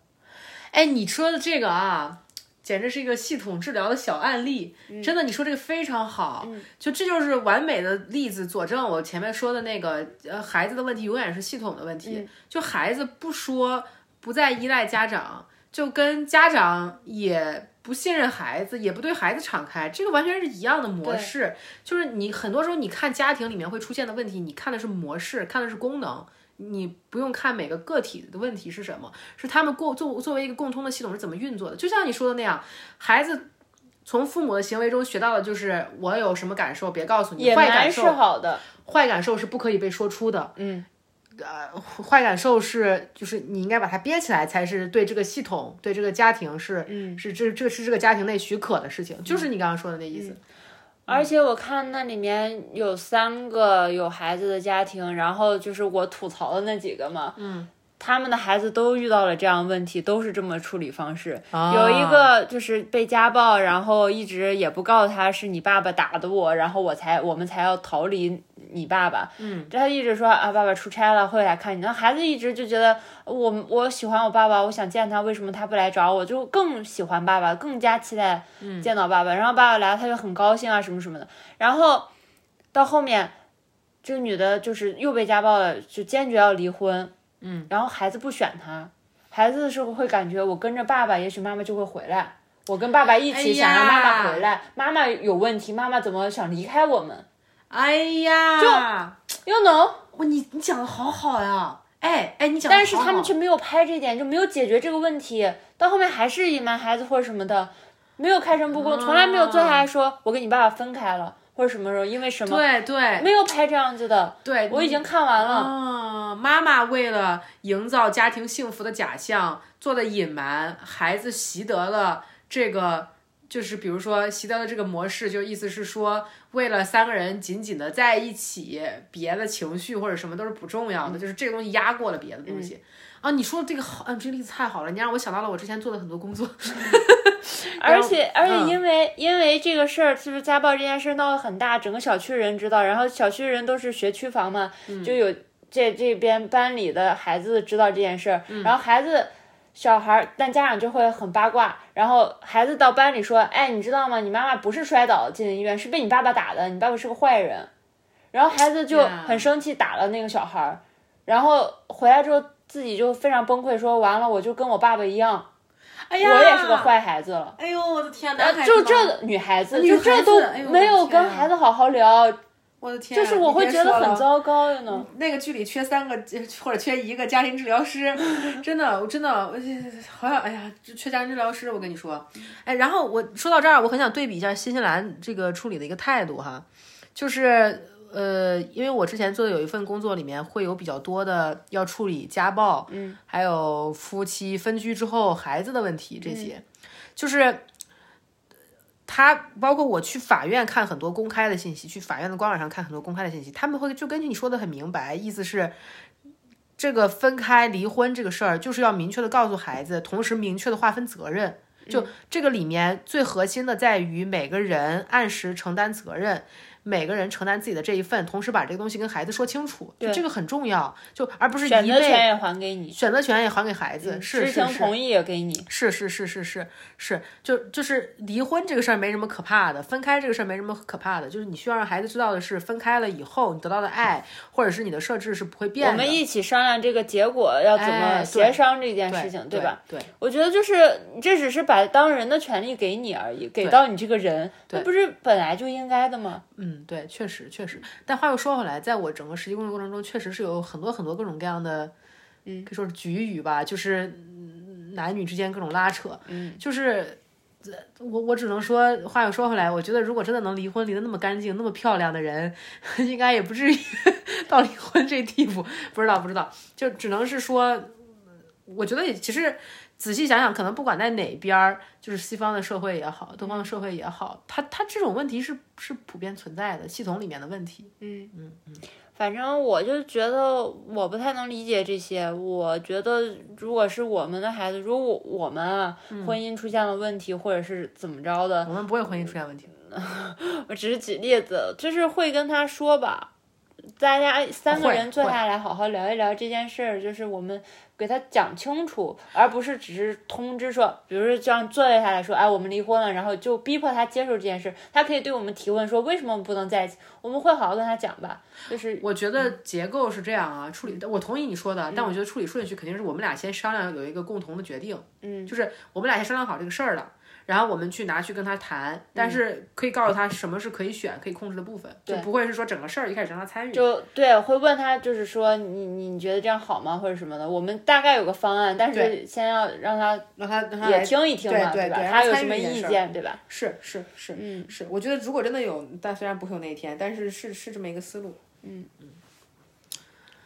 S2: 哎，你说的这个啊，简直是一个系统治疗的小案例，真的，你说这个非常好，就这就是完美的例子，佐证我前面说的那个，呃，孩子的问题永远是系统的问题，就孩子不说，不再依赖家长，就跟家长也。不信任孩子，也不对孩子敞开，这个完全是一样的模式。就是你很多时候，你看家庭里面会出现的问题，你看的是模式，看的是功能，你不用看每个个体的问题是什么，是他们过作作为一个共通的系统是怎么运作的。就像你说的那样，孩子从父母的行为中学到的就是我有什么感受，别告诉你。
S1: 野
S2: 坏
S1: 蛮
S2: 感
S1: 是
S2: 受，嗯
S1: 好的，
S2: 坏感受是不可以被说出的。嗯。呃，坏感受是，就是你应该把它憋起来，才是对这个系统、对这个家庭是，嗯、是这这是这个家庭内许可的事情，就是你刚刚说的那意
S1: 嗯
S2: 思。
S1: 而且我看那里面有三个有孩子的家庭，然后就是我吐槽的那几个嘛，嗯，他们的孩子都遇到了这样的问题，都是这么处理方式。
S2: 啊
S1: 有一个就是被家暴，然后一直也不告他是你爸爸打的我，然后我才我们才要逃离你爸爸。嗯，他一直说啊，爸爸出差了会来看你。那孩子一直就觉得我我喜欢我爸爸，我想见他，为什么他不来找我？就更喜欢爸爸，更加期待见到爸爸。然后爸爸来了，他就很高兴啊，什么什么的。然后到后面，这个女的就是又被家暴了，就坚决要离婚。嗯，然后孩子不选她，孩子是会感觉我跟着爸爸，也许妈妈就会回来。我跟爸爸一
S2: 哎
S1: 起
S2: 呀
S1: 想让妈妈回来，妈妈有问题，妈妈怎么想离开我们
S2: 哎呀，
S1: ？You know，
S2: 哇，你你讲的好好呀，哎哎，你讲得
S1: 但是
S2: 好
S1: 他们
S2: 好
S1: 却没有拍这一点，就没有解决这个问题，到后面还是隐瞒孩子或者什么的，没有开诚布公，从来没有坐下来说我跟你爸爸分开了或者什么时候因为什么，
S2: 对对
S1: 没有拍这样子的。
S2: 对，
S1: 我已经看完了，
S2: 啊，妈妈为了营造家庭幸福的假象，做的隐瞒，孩子习得了这个，就是比如说习得了这个模式，就意思是说，为了三个人紧紧的在一起，别的情绪或者什么都是不重要
S1: 嗯
S2: 的，就是这个东西压过了别的东西。啊，你说这个好，啊，这个例子太好了，你让我想到了我之前做的很多工作。
S1: 而且而且因为、因为这个事儿，就是家暴这件事闹得很大，整个小区人知道，然后小区人都是学区房嘛，就有这这边班里的孩子知道这件事儿，然后孩子。小孩儿，但家长就会很八卦，然后孩子到班里说：“哎，你知道吗？你妈妈不是摔倒进的医院，是被你爸爸打的，你爸爸是个坏人。”然后孩子就
S2: 呀
S1: 很生气，打了那个小孩儿，然后回来之后自己就非常崩溃，说：“完了，我就跟我爸爸一样，
S2: 哎呀，
S1: 我也是个。坏孩子了。”
S2: 哎呦，我的天，男孩子
S1: 就
S2: 吗
S1: 这个女孩子，
S2: 女
S1: 就
S2: 孩
S1: 这
S2: 子
S1: 都
S2: 哎呦我的
S1: 没有
S2: 天
S1: 跟
S2: 啊
S1: 孩子好好聊，
S2: 我的天，啊
S1: 就是我
S2: 你
S1: 会
S2: 别
S1: 觉得
S2: 说
S1: 很
S2: 了
S1: 糟糕呀呢。
S2: 那个剧里缺三个 呃或者缺一个家庭治疗师，真的，我真的，我好想，哎呀，缺家庭治疗师，我跟你说，哎，然后我说到这儿，我很想对比一下新西兰这个处理的一个态度哈，就是呃，因为我之前做的有一份工作里面会有比较多的要处理家暴，嗯，还有夫妻分居之后孩子的问题这些，就是他包括我去法院看很多公开的信息，去法院的官网上看很多公开的信息，他们会就跟你说的很明白，意思是这个分开离婚这个事儿，就是要明确的告诉孩子，同时明确的划分责任。就
S1: 嗯
S2: 这个里面最核心的在于每个人按时承担责任，每个人承担自己的这一份，同时把这个东西跟孩子说清楚，就这个很重要，就而不是
S1: 选
S2: 一
S1: 择
S2: 味
S1: 权也还给你，
S2: 选择权也还给孩子，是
S1: 知
S2: 是
S1: 情
S2: 是。
S1: 同意也给你，
S2: 是是是是是是，就就是离婚这个事儿没什么可怕的，分开这个事儿没什么可怕的，就是你需要让孩子知道的是，分开了以后你得到的爱或者是你的设置是不会变的。
S1: 我们一起商量这个结果要怎
S2: 哎
S1: 么
S2: 对
S1: 协商这件
S2: 对
S1: 事情，
S2: 对
S1: 吧？？
S2: 对，
S1: 我觉得就是你这只是把当人的权利给你而已，给到你这个人，那不是本来就应该的吗？
S2: 嗯，对，确实确实。但话又说回来，在我整个实际工作过程中，确实是有很多很多各种各样的，嗯，可以说是局语吧，就是嗯男女之间各种拉扯，嗯，就是。呃我我只能说，话又说回来，我觉得如果真的能离婚，离得那么干净、那么漂亮的人， 应该也不至于 到离婚这地步。不知道，不知道，就只能是说，我觉得也其实仔细想想，可能不管在哪边儿，就是西方的社会也好，东方的社会也好，它它这种问题是是普遍存在的，系统里面的问题。
S1: 反正我就觉得我不太能理解这些。我觉得如果是我们的孩子，如果我们啊
S2: 嗯
S1: 婚姻出现了问题，或者是怎么着的，
S2: 我们不会婚姻出现问题，
S1: 我只是举例子，就是会跟他说吧。大家三个
S2: 啊会
S1: 人坐下来，好好聊一聊这件事儿，就是我们给他讲清楚，而不是只是通知说，比如说这样坐下来说，哎，我们离婚了，然后就逼迫他接受这件事。他可以对我们提问说，为什么我们不能在一起？我们会好好跟他讲吧。就是
S2: 我觉得结构是这样啊，处理我同意你说的，但我觉得处理顺序肯定是我们俩先商量，有一个共同的决定，嗯，就是我们俩先商量好这个事儿了。然后我们去拿去跟他谈，但是可以告诉他什么是可以选、可以控制的部分，就不会是说整个事儿一开始让他参与。
S1: 就对，会问他，就是说你你你觉得这样好吗，或者什么的。我们大概有个方案，但是先要让他
S2: 让他让他
S1: 也
S2: 来
S1: 听一听嘛，
S2: 对对
S1: 吧？
S2: 对
S1: 他有
S2: 参
S1: 什
S2: 与
S1: 么
S2: 这件
S1: 意
S2: 事儿
S1: 见，对吧？
S2: 是是是，嗯是，我觉得如果真的有，但虽然不会有那一天，但是是是这么一个思路。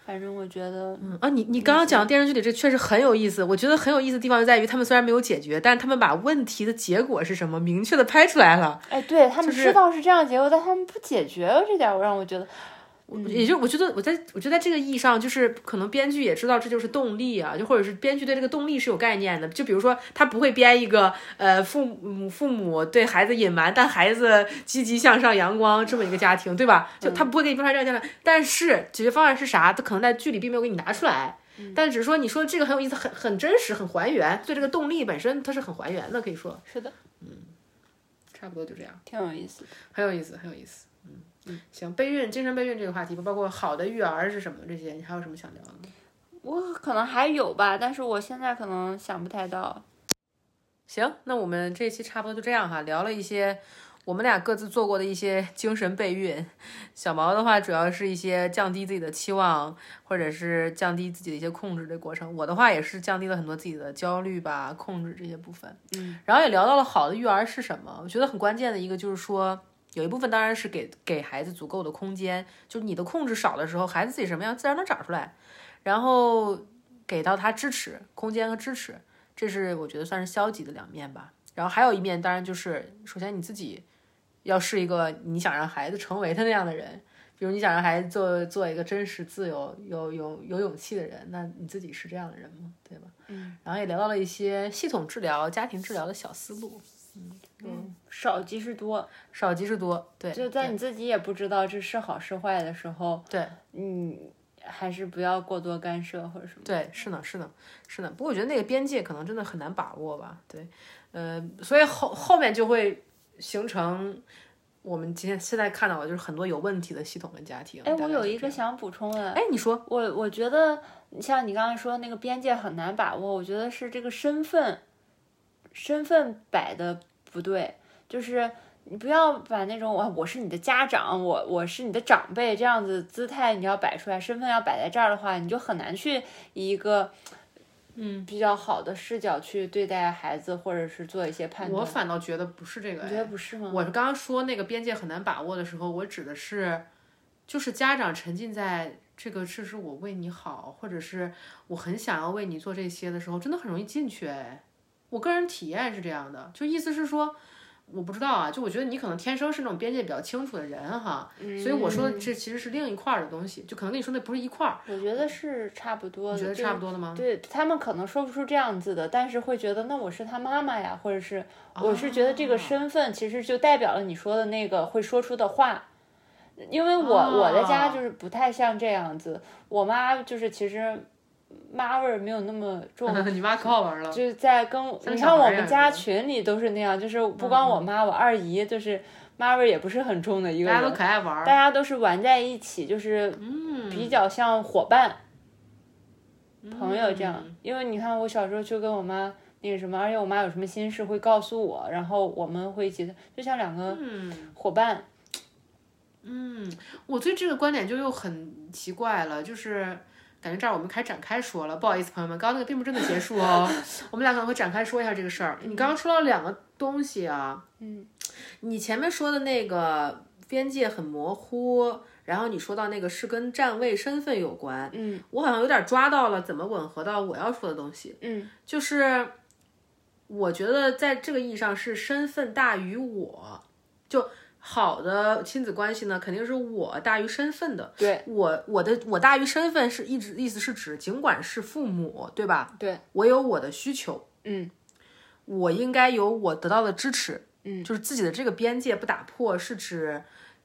S1: 反正我觉得，
S2: 嗯啊，你你刚刚讲电视剧里这确实很有意思，我觉得很有意思的地方就在于，他们虽然没有解决，但是他们把问题的结果是什么明确的拍出来了，
S1: 哎，对他们
S2: 就是
S1: 知道是这样的结果，但他们不解决，这点我让我觉得，
S2: 也就我觉得我在我觉得在这个意义上，就是可能编剧也知道这就是动力啊，就或者是编剧对这个动力是有概念的，就比如说他不会编一个呃父母父母对孩子隐瞒，但孩子积极向上阳光这么一个家庭，对吧？就他不会给你编出来这样的家庭，但是解决方案是啥，他可能在剧里并没有给你拿出来。但只是说，你说这个很有意思，很很真实，很还原，对这个动力本身它是很还原的，可以说
S1: 是的，
S2: 差不多就这样，
S1: 挺有意思的。
S2: 很有意思，很有意思。嗯，行，备孕、精神备孕这个话题，包括好的育儿是什么这些，你还有什么想聊的吗？
S1: 我可能还有吧，但是我现在可能想不太到。
S2: 行，那我们这一期差不多就这样哈，聊了一些我们俩各自做过的一些精神备孕。小毛的话，主要是一些降低自己的期望，或者是降低自己的一些控制的过程。我的话也是降低了很多自己的焦虑吧、控制这些部分。嗯，然后也聊到了好的育儿是什么，我觉得很关键的一个就是说。有一部分当然是给给孩子足够的空间，就是你的控制少的时候，孩子自己什么样自然能长出来，然后给到他支持、空间和支持，这是我觉得算是消极的两面吧。然后还有一面，当然就是首先你自己要是一个你想让孩子成为的那样的人，比如你想让孩子做做一个真实、自由、有有有勇气的人，那你自己是这样的人吗？对吧？嗯。然后也聊到了一些系统治疗、家庭治疗的小思路，
S1: 嗯，少即是多，
S2: 少即是多。对，
S1: 就在你自己也不知道这是好是坏的时候，
S2: 对
S1: 嗯，还是不要过多干涉或者什么。
S2: 对，是呢，是呢，是呢。不过我觉得那个边界可能真的很难把握吧。对，呃，所以后后面就会形成我们今天现在看到的，就是很多有问题的系统跟家庭。
S1: 哎，
S2: 大
S1: 我
S2: 概
S1: 有
S2: 就
S1: 一
S2: 这
S1: 个
S2: 样，
S1: 想补充的，
S2: 哎，你说，
S1: 我我觉得像你刚才说那个边界很难把握，我觉得是这个身份，身份摆的不对，就是你不要把那种啊我我是你的家长，我我是你的长辈这样子姿态你要摆出来，身份要摆在这儿的话，你就很难去以一个。嗯，比较好的视角去对待孩子，或者是做一些判
S2: 我
S1: 断，
S2: 反倒觉得不是这个。哎
S1: 你觉得不是吗？
S2: 我刚刚说那个边界很难把握的时候，我指的是，就是家长沉浸在这个这是我为你好，或者是我很想要为你做这些的时候，真的很容易进去。哎，我个人体验是这样的，就意思是说，我不知道啊，就我觉得你可能天生是那种边界比较清楚的人哈，
S1: 嗯
S2: 所以我说的这其实是另一块儿的东西，就可能跟你说那不是一块儿，
S1: 我觉得是差不多的，
S2: 你觉得
S1: 就
S2: 差不多的吗？
S1: 对他们可能说不出这样子的，但是会觉得那我是他妈妈呀，或者是我是觉得
S2: 哦
S1: 这个身份其实就代表了你说的那个会说出的话，因为我、
S2: 啊。
S1: 我的家就是不太像这样子，我妈就是其实妈味儿没有那么呃重
S2: 你妈可好玩了，
S1: 就是在跟我
S2: 像
S1: 你
S2: 小
S1: 看
S2: 孩
S1: 我
S2: 儿一
S1: 们
S2: 样嗯
S1: 家
S2: 是吧
S1: 群里都是那样，就是不光我妈，我二姨就是妈味儿也不是很重的一个
S2: 大家
S1: 人，
S2: 都可爱玩
S1: 大
S2: 儿，嗯
S1: 家都是玩在一起，就是比较像伙伴、朋友这
S2: 嗯
S1: 样。因为你看，我小时候就跟我妈那个什么，而且我妈有什么心事会告诉我，然后我们会一起，就像两个
S2: 嗯
S1: 伙伴。
S2: 我对这个观点就又很奇怪了，就是感觉这儿我们开展开说了，不好意思，朋友们，刚刚那个并不是真的结束 哦，我们俩可能会展开说一下这个事儿。你刚刚说到两个东西啊，嗯，你前面说的那个边界很模糊，然后你说到那个是跟站位身份有关，嗯，我好像有点抓到了怎么吻合到我要说的东西，嗯，就是我觉得在这个意义上是身份大于我，就。好的亲子关系呢，肯定是我大于身份的。
S1: 对
S2: 我我的我大于身份是一直意思是指，尽管是父母，对吧？
S1: 对，
S2: 我有我的需求，
S1: 嗯，
S2: 我应该有我得到的支持，嗯，就是自己的这个边界不打破，是指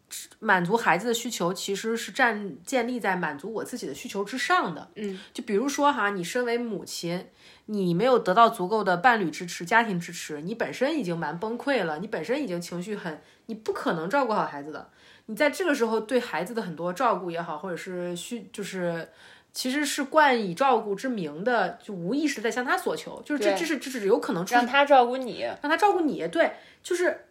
S2: 指满足孩子的需求，其实是站建立在满足我自己的需求之上的，嗯，就比如说哈，你身为母亲，你没有得到足够的伴侣支持、家庭支持，你本身已经蛮崩溃了，你本身已经情绪很，你不可能照顾好孩子的。你在这个时候对孩子的很多照顾也好，或者是需就是。其实是冠以照顾之名的，就无意识地在向他索求，就是这，
S1: 对
S2: 这是这是有可能出
S1: 让他照顾你，
S2: 让他照顾你，对，就是，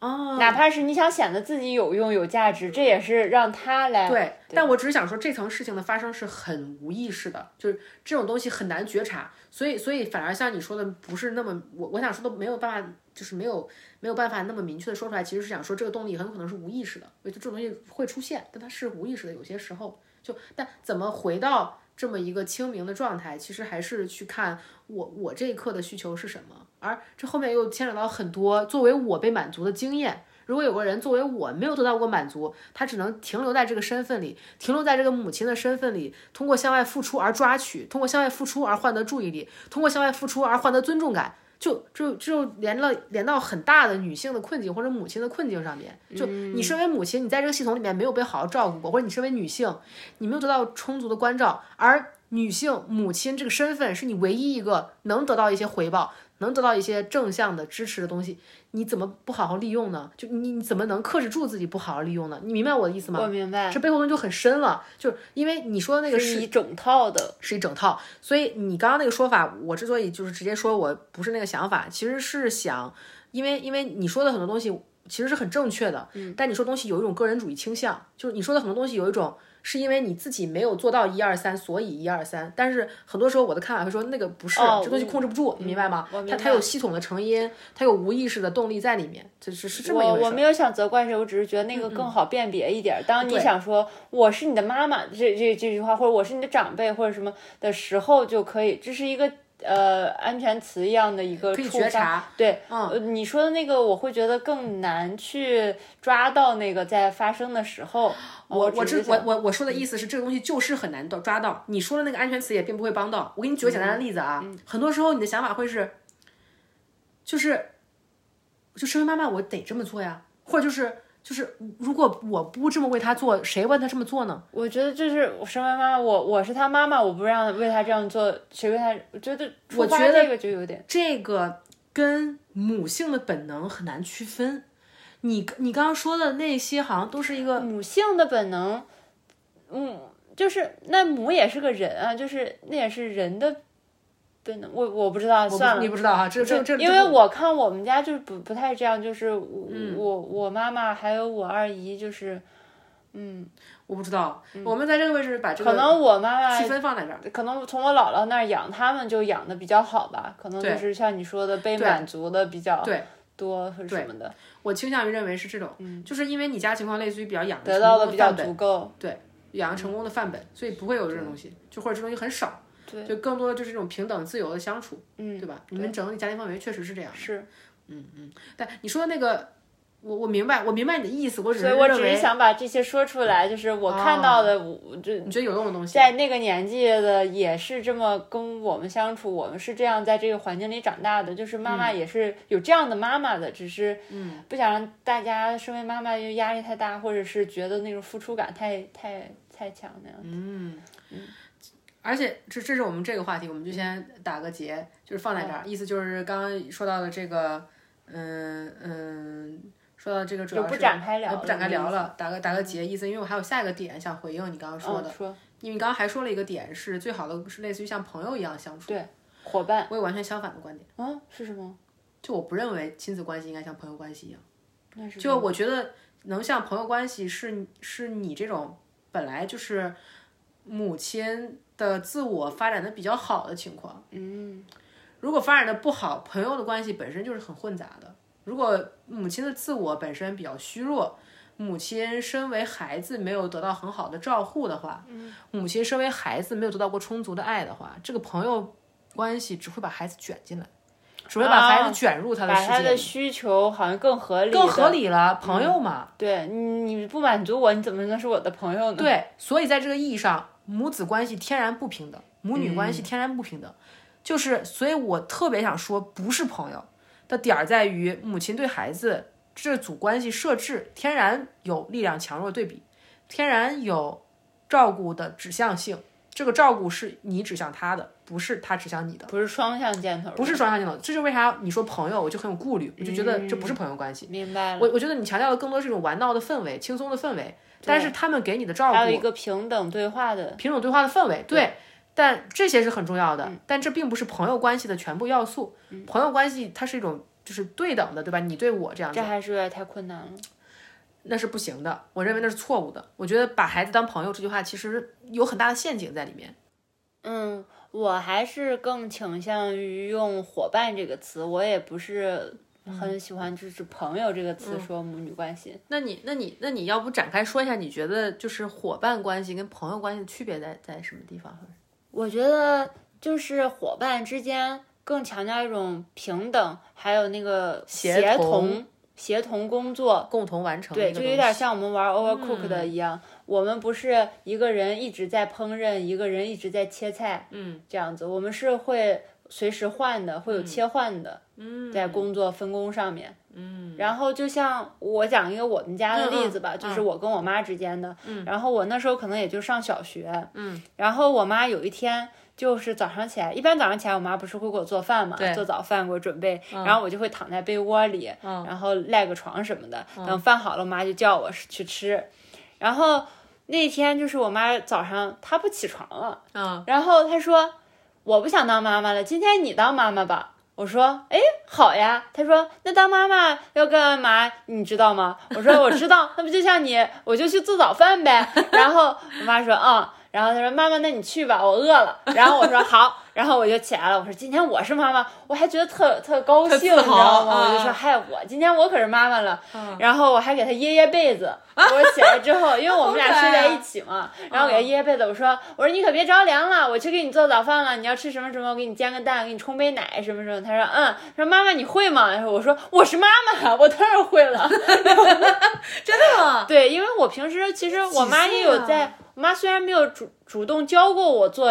S2: 哦，
S1: 哪怕是你想显得自己有用有价值，这也是让他来。
S2: 对，但我只是想说，这层事情的发生是很无意识的，就是这种东西很难觉察，所以所以反而像你说的，不是那么我我想说的没有办法，就是没有没有办法那么明确的说出来，其实是想说这个动力很有可能是无意识的，就这种东西会出现，但它是无意识的，有些时候就但怎么回到这么一个清明的状态，其实还是去看我我这一刻的需求是什么，而这后面又牵扯到很多作为我被满足的经验。如果有个人作为我没有得到过满足，他只能停留在这个身份里，停留在这个母亲的身份里，通过向外付出而抓取，通过向外付出而换得注意力，通过向外付出而换得尊重感，就就就连了连到很大的女性的困境或者母亲的困境上面。就你身为母亲，你在这个系统里面没有被好好照顾过，或者你身为女性，你没有得到充足的关照，而女性母亲这个身份是你唯一一个能得到一些回报。能得到一些正向的支持的东西，你怎么不好好利用呢？就你你怎么能克制住自己不好好利用呢？你明白我的意思吗？
S1: 我明白，
S2: 这背后东西就很深了，就是因为你说的那个
S1: 是一整套的。
S2: 是一整套，所以你刚刚那个说法，我之所以就是直接说我不是那个想法，其实是想，因为因为你说的很多东西其实是很正确的，嗯，但你说东西有一种个人主义倾向，就是你说的很多东西有一种是因为你自己没有做到一二三，所以一二三，但是很多时候我的看法会说那个不是，
S1: 哦
S2: 这东西控制不住，你明白吗？
S1: 我明
S2: 它
S1: 白
S2: 它有系统的成因，它有无意识的动力在里面，就是是这么一
S1: 我
S2: 回事
S1: 我
S2: 儿。嗯
S1: 没有想责怪谁，我只是觉得那个更好辨别一点儿。当你想说我是你的妈妈这这这句话，或者我是你的长辈或者什么的时候，就可以，这是一个呃安全词一样的一个
S2: 可以
S1: 触
S2: 觉
S1: 发
S2: 察。
S1: 对，
S2: 嗯
S1: 呃你说的那个，我会觉得更难去抓到那个在发生的时候。我
S2: 我
S1: 我
S2: 这我我我说的
S1: 嗯
S2: 意思是，这个东西就是很难到抓到。你说的那个安全词也并不会帮到。我给你举个简
S1: 嗯
S2: 单的例子啊，很多时候你的想法会是，就是，就身为妈妈我得这么做呀，或者就是就是，如果我不这么为他做，谁为他这么做呢？
S1: 我觉得就是我身为妈妈，我我是她妈妈，我不让为她这样做，谁为她？我觉得
S2: 我
S1: 触发
S2: 觉得
S1: 这个就有点
S2: 这个跟母性的本能很难区分。你你刚刚说的那些好像都是一个
S1: 母性的本能，嗯，就是那母也是个人啊，就是那也是人的本能。我我不知道，
S2: 我不
S1: 算了，
S2: 你不知道哈、这这这，
S1: 因为我看我们家就是不不太这样，就是我、
S2: 嗯
S1: 我我妈妈还有我二姨，就是嗯
S2: 我不知道，我们在这个位置把这
S1: 可
S2: 个
S1: 能我嗯妈妈
S2: 细分放在这儿。
S1: 可能从我姥姥那儿养，他们就养的比较好吧，可能
S2: 对
S1: 就是像你说的被
S2: 对
S1: 满足的比较
S2: 对
S1: 多或者什么的，
S2: 我倾向于认为是这种，
S1: 嗯
S2: 就是因为你家情况类似于比较养
S1: 得到
S2: 的
S1: 的比较
S2: 多，
S1: 足够。
S2: 养成功的范本，所以不会有这种东西，就或者这东西很少，
S1: 对，
S2: 就更多的就是这种平等自由的相处，
S1: 嗯，
S2: 对吧？你们整体家庭氛围确实是这样，
S1: 是
S2: 但你说那个，我我明白，我明白你的意思，我只是
S1: 所以我只是
S2: 认为
S1: 想把这些说出来，就是我看到的，我我这
S2: 你觉得有用的东西，
S1: 在那个年纪的也是这么跟我们相处，我们是这样在这个环境里长大的，就是妈
S2: 嗯
S1: 妈也是有这样的妈妈的，只是嗯不想让大家身为妈妈又压力太大，或者是觉得那种付出感太太太强那样。
S2: 嗯
S1: 嗯
S2: 而且这这是我们这个话题，我们就先打个结，就是放在这儿。意思就是刚刚说到的这个，嗯嗯，说到这个主要
S1: 就是不展开聊
S2: 呃
S1: 了
S2: 不展开
S1: 你的
S2: 聊了，打个打个结，意思，因为我还有下一个点想回应你刚刚说的，
S1: 嗯、说
S2: 因为你刚刚还说了一个点是最好的是类似于像朋友一样相处，
S1: 对伙伴，
S2: 我有完全相反的观点，
S1: 嗯是什么？
S2: 就我不认为亲子关系应该像朋友关系一样。
S1: 那是
S2: 就我觉得能像朋友关系是是你这种本来就是母亲的自我发展的比较好的情况。
S1: 嗯
S2: 如果发展的不好，朋友的关系本身就是很混杂的。如果母亲的自我本身比较虚弱，母亲身为孩子没有得到很好的照护的话，母亲身为孩子没有得到过充足的爱的话，这个朋友关系只会把孩子卷进来，只会把
S1: 啊
S2: 孩子卷入他的
S1: 把
S2: 世
S1: 他
S2: 界
S1: 的
S2: 里，
S1: 需求好像更合理，
S2: 更合。理了。朋友嘛，
S1: 对你你不满足我，你怎么能是我的朋友呢？
S2: 对，所以在这个意义上，母子关系天然不平等，母女关系
S1: 嗯
S2: 天然不平等。就是，所以我特别想说，不是朋友的点儿在于母亲对孩子这组关系设置天然有力量强弱对比，天然有照顾的指向性。这个照顾是你指向他的，不是他指向你的，
S1: 不是双向箭头，
S2: 不是双向镜头。这就是为啥你说朋友，我就很有顾虑，我就觉得这不是朋友关系。
S1: 明白了。
S2: 我我觉得你强调的更多是一种玩闹的氛围、轻松的氛围，但是他们给你的照顾
S1: 还有一个平等对话的，
S2: 平等对话的氛围，对。嗯但这些是很重要的，但这并不是朋友关系的全部要素。朋友关系它是一种就是对等的，对吧？你对我这样
S1: 这
S2: 子，
S1: 还是有点太困难了。
S2: 那是不行的。我认为那是错误的。我觉得把孩子当朋友这句话其实有很大的陷阱在里面。
S1: 嗯，我还是更倾向于用“伙伴”这个词，我也不是很喜欢就是“朋友”这个词说母女关系。
S2: 那你那你那你要不展开说一下，你觉得就是伙伴关系跟朋友关系的区别在在什么地方？
S1: 我觉得就是伙伴之间更强调一种平等，还有那个
S2: 协
S1: 协
S2: 同
S1: 同协同工作，
S2: 共同完成
S1: 对，
S2: 一个
S1: 就
S2: 东
S1: 有点
S2: 西嗯
S1: 像我们玩 Overcooked 一样，我们不是一个人一直在烹饪，一个人一直在切菜，嗯，这样子，我们是会随时换的，会有切换的，嗯，在工作分工上面，嗯，然后就像我讲一个我们家的例子吧，
S2: 嗯嗯
S1: 就是我跟我妈之间的，嗯，然后我那时候可能也就上小学，嗯，然后我妈有一天。就是早上起来，一般早上起来，我妈不是会给我做饭嘛，做早饭给我准备，然后我就会躺在被窝里，然后赖个床什么的。等饭好了，我妈就叫我去吃。然后那天就是我妈早上她不起床了，
S2: 嗯，
S1: 然后她说我不想当妈妈了，今天你当妈妈吧。我说，哎，好呀。她说，那当妈妈要干嘛？你知道吗？我说我知道，那不就像你，我就去做早饭呗。然后我妈说，嗯。然后她说：“妈妈，那你去吧，我饿了。”然后我说：“好。”然后我就起来了。我说：“今天我是妈妈，我还觉得特特高兴，
S2: 特
S1: 你
S2: 自
S1: 知道
S2: 豪
S1: 吗？”我就
S2: 啊
S1: 说：“嗨，我今天我可是妈妈了。
S2: 嗯
S1: 然后我还给他掖掖被 子。我起来之后，因为我们俩
S2: 好可爱
S1: 睡
S2: 啊
S1: 在一起嘛，然后我给他掖掖被子。我说：“我说你可别着凉了，我去给你做早饭了。你要吃什么什么，我给你煎个蛋，给你冲杯奶什么什么。”他说：“嗯。”说：“妈妈，你会吗？”然后我说：“我是妈妈，我当然会了。”
S2: 真的吗？
S1: 对，因为我平时其实我妈也有
S2: 几岁
S1: 在，我妈虽然没有主主动教过我做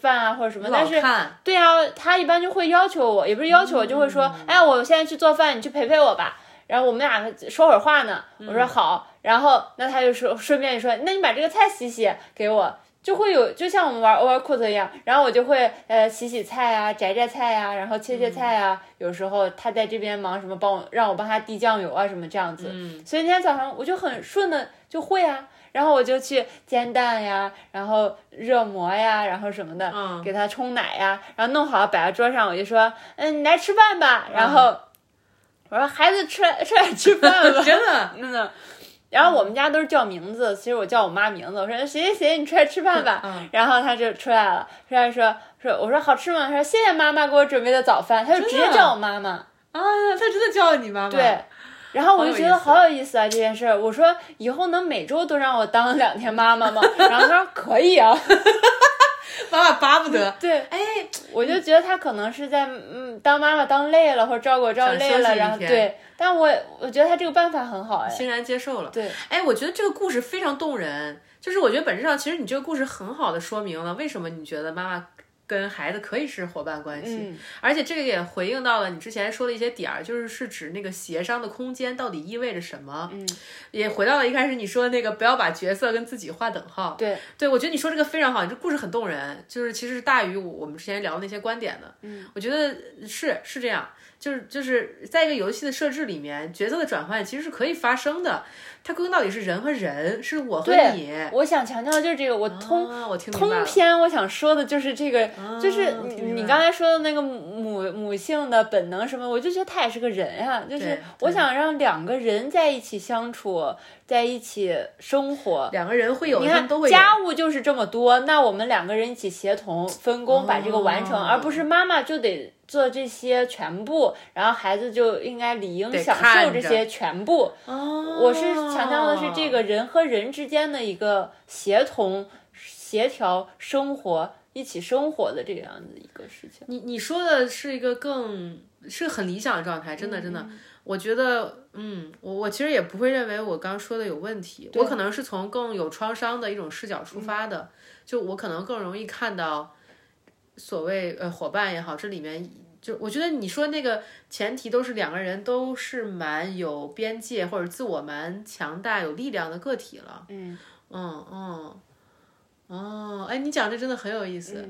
S1: 饭啊或者什么，但是
S2: 看
S1: 对啊，她一般就会要求我，也不是要求我，就会说，哎，我现在去做饭，你去陪陪我吧。然后我们俩说会儿话呢，我说好，然后那她就说顺便就说，那你把这个菜洗洗给我。就会有，就像我们玩 Overcooked 一样，然后我就会呃洗洗菜啊，摘摘菜啊，然后切切菜啊。
S2: 嗯
S1: 有时候她在这边忙什么，帮我让我帮她滴酱油啊什么这样子。
S2: 嗯
S1: 所以那天早上我就很顺的就会啊，然后我就去煎蛋呀，然后热馍呀，然后什么的，
S2: 嗯
S1: 给它冲奶呀，然后弄好摆在桌上，我就说，嗯，你来吃饭吧，
S2: 嗯
S1: 然后、我说孩子吃来吃来吃饭吧，
S2: 真的
S1: 真的。然后我们家都是叫名字，其实我叫我妈名字，我说谁谁谁，你出来吃饭吧。
S2: 嗯
S1: 然后她就出来了，出来说说，我说好吃吗？她说谢谢妈妈给我准备的早饭，她就直接
S2: 真的
S1: 叫我妈妈。
S2: 啊，他真的叫你妈妈。
S1: 对，然后我
S2: 好
S1: 就
S2: 有
S1: 觉
S2: 意
S1: 得
S2: 思
S1: 好有意思啊这件事儿。我说以后能每周都让我当两天妈妈吗？然后他说可以啊。
S2: 妈妈巴不得，
S1: 对，
S2: 哎，
S1: 我就觉得他可能是在嗯当妈妈当累了，或者照顾我照顾
S2: 想
S1: 累
S2: 休息
S1: 了，
S2: 一
S1: 然后
S2: 天
S1: 对，但我我觉得他这个办法很好哎，
S2: 欣然接受了。
S1: 对，
S2: 哎，我觉得这个故事非常动人，就是我觉得本质上其实你这个故事很好的说明了为什么你觉得妈妈跟孩子可以是伙伴关系，
S1: 嗯
S2: 而且这个也回应到了你之前说的一些点儿，就是是指那个协商的空间到底意味着什么，
S1: 嗯，
S2: 也回到了一开始你说那个不要把角色跟自己划等号。
S1: 对，
S2: 对，我觉得你说这个非常好，你这故事很动人，就是其实是大于我我们之前聊的那些观点的。嗯，我觉得是是这样，就是就是在一个游戏的设置里面，角色的转换其实是可以发生的。它归根到底是人和人，是我和
S1: 对
S2: 你。
S1: 我想强调的就是这个，我通、
S2: 啊，我听明白
S1: 通
S2: 了。
S1: 篇我想说的就是这个，
S2: 啊
S1: 就是
S2: 我
S1: 你
S2: 听明白
S1: 你
S2: 了
S1: 刚才说的那个母母性的本能什么，我就觉得他也是个人呀、就是
S2: 对
S1: 我想让两个人在一起相处，在一起生活。
S2: 两个人会有，
S1: 你
S2: 他
S1: 看
S2: 们都会有。
S1: 家务就是这么多，那我们两个人一起协同分工把这个完成，
S2: 哦
S1: 而不是妈妈就得做这些全部，然后孩子就应该理应
S2: 得
S1: 享受
S2: 看
S1: 这
S2: 着
S1: 些全部。
S2: 哦，
S1: 我是强调的是这个人和人之间的一个协同、协调生活、一起生活的这样的一个事情。
S2: 你你说的是一个更是很理想的状态，真的真的，我觉得，嗯，我我其实也不会认为我刚说的有问题，我可能是从更有创伤的一种视角出发的，就我可能更容易看到所谓呃伙伴也好，这里面。就我觉得你说那个前提都是两个人都是蛮有边界或者自我蛮强大有力量的个体了，
S1: 嗯，
S2: 嗯嗯，哦，哎，你讲这真的很有意思。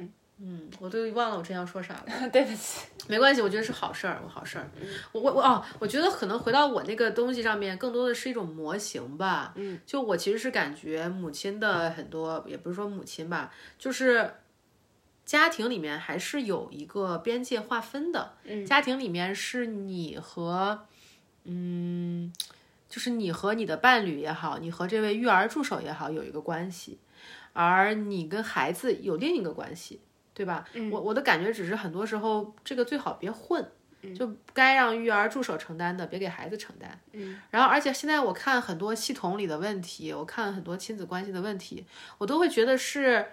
S2: 嗯我都忘了我之前要说啥 了，
S1: 对不起，
S2: 没关系，我觉得是好事儿，我好事儿。我我我哦，我觉得可能回到我那个东西上面，更多的是一种模型吧。嗯，就我其实是感觉母亲的很多，也不是说母亲吧，就是家庭里面还是有一个边界划分的。嗯，家庭里面是你和嗯，就是你和你的伴侣也好，你和这位育儿助手也好，有一个关系，而你跟孩子有另一个关系，对吧？我我的感觉只是很多时候这个最好别混。就该让育儿助手承担的，别给孩子承担。嗯，然后而且现在我看很多系统里的问题，我看很多亲子关系的问题，我都会觉得是，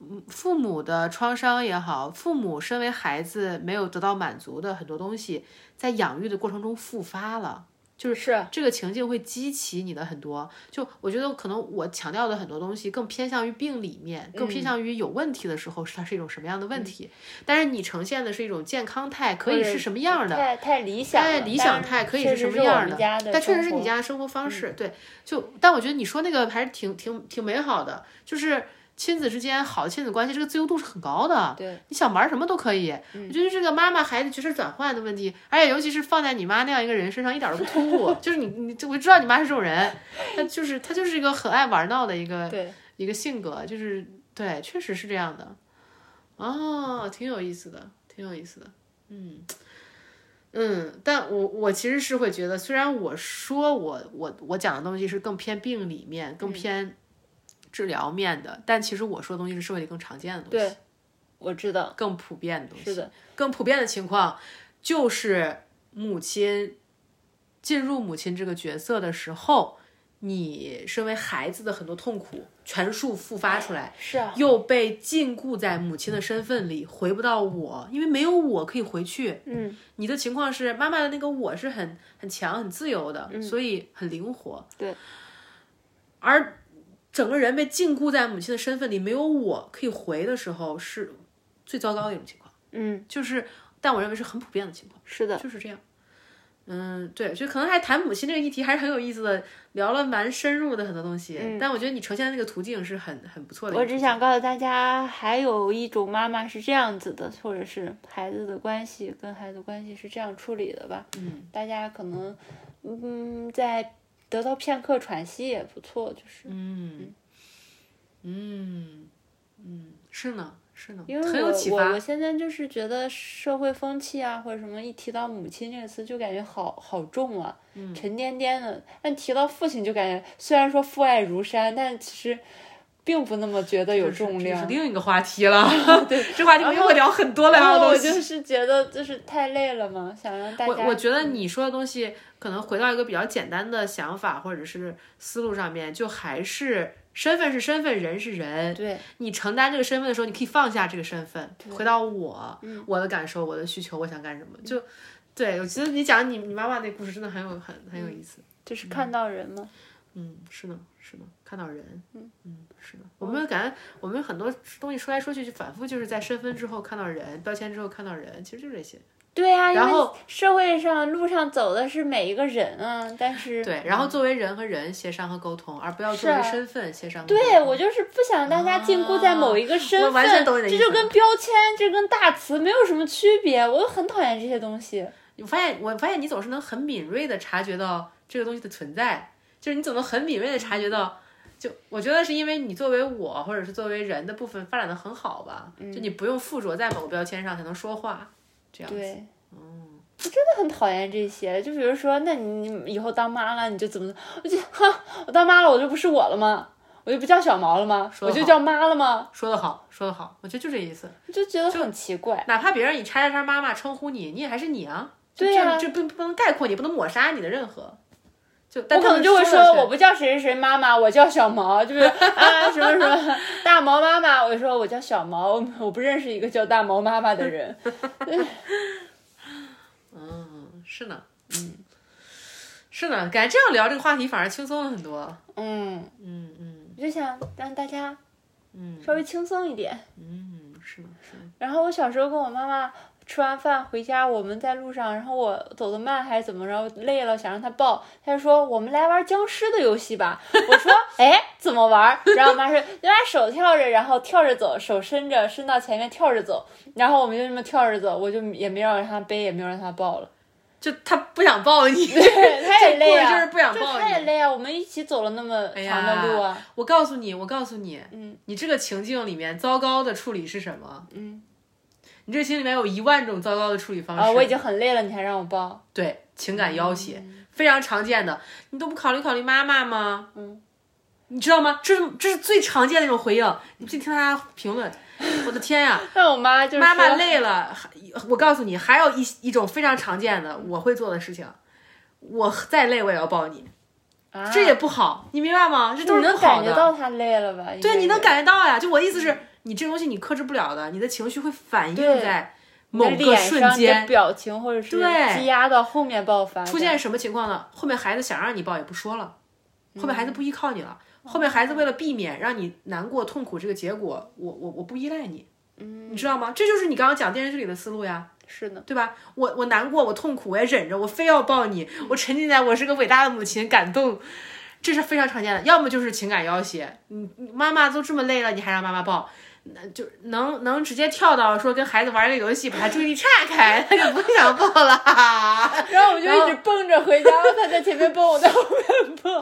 S2: 嗯，父母的创伤也好，父母身为孩子没有得到满足的很多东西，在养育的过程中复发了。
S1: 就是是
S2: 这个情境会激起你的很多。就我觉得可能我强调的很多东西更偏向于病里面，更偏向于有问题的时候是它是一种什么样的问题，但是你呈现的是一种健康态，可以是什么样儿的。
S1: 太太理想了，
S2: 哎，理想态
S1: 但
S2: 可以
S1: 确
S2: 什
S1: 实
S2: 么
S1: 我
S2: 样
S1: 们
S2: 的？
S1: 家的
S2: 但确实
S1: 生
S2: 是
S1: 活嗯
S2: 你家的生活方式，对。就但我觉得你说那个还是挺挺挺美好的，就是亲子之间好的亲子关系，这个自由度是很高的。
S1: 对，嗯
S2: 你想玩什么都可以。我觉得这个妈妈孩子角色转换的问题，而且尤其是放在你妈那样一个人身上，一点儿都不突兀。 就是你你我知道你妈是这种人，她就是她就是一个很爱玩闹的一个
S1: 对
S2: 一个性格，就是对，确实是这样的。哦，挺有意思的，挺有意思的。嗯嗯，但我我其实是会觉得，虽然我说我我我讲的东西是更偏病理面、
S1: 嗯
S2: 更偏治疗面的，但其实我说的东西是社会里更常见的东西，
S1: 对，我知道，
S2: 更普遍的东西。
S1: 是的，
S2: 更普遍的情况就是母亲进入母亲这个角色的时候，你身为孩子的很多痛苦全数复发出来，
S1: 是啊，
S2: 又被禁锢在母亲的身份里，回不到我，因为没有我可以回去。
S1: 嗯，
S2: 你的情况是妈妈的那个我是很很强、很自由的，所以很灵活。
S1: 嗯对，
S2: 而整个人被禁锢在母亲的身份里，没有我可以回的时候，是最糟糕的一种情况。
S1: 嗯，
S2: 就是，但我认为是很普遍的情况。
S1: 是的，
S2: 就是这样。嗯，对，就可能还谈母亲这个议题还是很有意思的，聊了蛮深入的很多东西。
S1: 嗯
S2: 但我觉得你呈现的那个途径是很很不错的一个
S1: 我
S2: 途径。
S1: 只想告诉大家，还有一种妈妈是这样子的，或者是孩子的关系跟孩子关系是这样处理的吧。嗯，大家可能，嗯，在得到片刻喘息也不错，就是、
S2: 嗯，嗯，嗯，是呢，是呢，
S1: 因为
S2: 很有
S1: 我
S2: 启
S1: 我
S2: 发
S1: 我。现在就是觉得社会风气啊或者什么，一提到母亲这个词就感觉好好重啊，
S2: 嗯
S1: 沉甸甸的。但提到父亲就感觉，虽然说父爱如山，但其实并不那么觉得有重量
S2: 这。是另一个话题 了。对，这话题我又会聊很 多了
S1: 然
S2: 呀。
S1: 后
S2: 我
S1: 我
S2: 就
S1: 就是觉得就是太累了嘛，想让大
S2: 我
S1: 家
S2: 我觉得你说的东西，可能回到一个比较简单的想法或者是思路上面，就还是身份是身份，人是人。
S1: 对
S2: 你承担这个身份的时候，你可以放下这个身份，回到我，
S1: 嗯
S2: 我的感受，我的需求，我想干什么，就对。我觉得你讲你你妈妈那故事真的很有很很
S1: 嗯
S2: 有意思。
S1: 就是看到人嘛，
S2: 嗯，是的，是的，看到人，嗯是的，我们感觉我们很多东西说来说去，就反复就是在身份之后看到人，标签之后看到人，其实就这些。
S1: 对呀、因
S2: 然
S1: 为社会上路上走的是每一个人啊，但是
S2: 对，然后作为人和人协商和沟通，而不要
S1: 是
S2: 作为
S1: 啊
S2: 身份协商和沟通。
S1: 对我就是不想让大家禁锢在某一个身份，
S2: 哦我完全懂你的
S1: 这
S2: 意思
S1: 就跟标签、这跟大词没有什么区别，我很讨厌这些东西。
S2: 我发现，我发现你总是能很敏锐的察觉到这个东西的存在，就是你总能很敏锐的察觉到。就我觉得是因为你作为我，或者是作为人的部分发展的很好吧，就你不用附着在某个标签上才能说话，嗯这样子。
S1: 对，我真的很讨厌这些。就比如说，那你你以后当妈了，你就怎么？我就哼，我当妈了，我就不是我了吗？我就不叫小毛了吗？
S2: 说
S1: 我
S2: 得
S1: 就叫妈了吗？
S2: 说得好，说得好，我觉得就这意思。
S1: 就觉得很奇怪。
S2: 哪怕别人以叉叉叉妈妈称呼你，你也还是你啊。就
S1: 对
S2: 这
S1: 呀
S2: 这不不能概括你，不能抹杀你的任何。就但
S1: 我可能就会
S2: 说
S1: 说，
S2: 了
S1: 我不叫谁谁谁妈妈，我叫小毛，就是啊什么什么大毛妈妈。我就说我叫小毛，我不认识一个叫大毛妈妈的 人。
S2: 嗯，是呢，嗯，是呢，感觉这样聊这个话题反而轻松了很多。
S1: 嗯，
S2: 嗯嗯
S1: 我就想让大家
S2: 嗯
S1: 稍微轻松一点。
S2: 嗯，是呢是呢。
S1: 然后我小时候跟我妈妈吃完饭回家，我们在路上，然后我走得慢还是怎么着，累了想让她抱，她就说我们来玩僵尸的游戏吧。我 说哎怎么玩？然后我妈说你把手跳着，然后跳着走，手伸着伸到前面跳着走。然后我们就这么跳着走，我就也没有让她背，也没有让她抱了。
S2: 就他不想抱你，
S1: 对，她也累
S2: 这故事
S1: 啊，
S2: 就是不想抱
S1: 她也
S2: 你。
S1: 累啊，我们一起走了那么长的路啊。
S2: 我告诉你，我告诉你，
S1: 嗯，
S2: 你这个情境里面糟糕的处理是什么？
S1: 嗯，
S2: 你这个情境里面有一万种糟糕的处理方式。
S1: 啊，我已经很累了，你还让我抱，
S2: 对情感要挟、非常常见的，你都不考虑考虑妈妈吗？
S1: 嗯，
S2: 你知道吗？这是这是最常见的一种回应。你去听他评论，我的天呀、
S1: 但我妈就是
S2: 妈妈
S1: 说
S2: 累了，还我告诉你，还有一一种非常常见的我会做的事情，我再累我也要抱你，
S1: 啊
S2: 这也不好，你明白吗？这都
S1: 你
S2: 是
S1: 能
S2: 不好
S1: 感觉
S2: 的。
S1: 到他累了吧？
S2: 对，你能
S1: 感
S2: 感觉到呀？就我意思是，你这东西你克制不了的，你的情绪会反映
S1: 嗯对
S2: 在某
S1: 某
S2: 个瞬间。
S1: 表情或者是
S2: 对
S1: 积压到后面爆发的
S2: 出现什么情况呢？后面孩子想让你抱也不说了，后面孩子不依靠你了，后面孩子为了避免让你难过痛苦这个结果，我我我不依赖你，你知道吗？这就是你刚刚讲电视剧里的思路呀，
S1: 是呢，
S2: 对吧？我我难过，我痛苦，我也忍着，我非要抱你，我沉浸在我是个伟大的母亲感动。这是非常常见的，要么就是情感要挟，你你妈妈都这么累了，你还让妈妈抱，那就能能直接跳到说跟孩子玩一个游戏，把他注意力岔开，他就不想抱了。
S1: 然后我们就一直蹦着回家，他在前面蹦，我在后面蹦。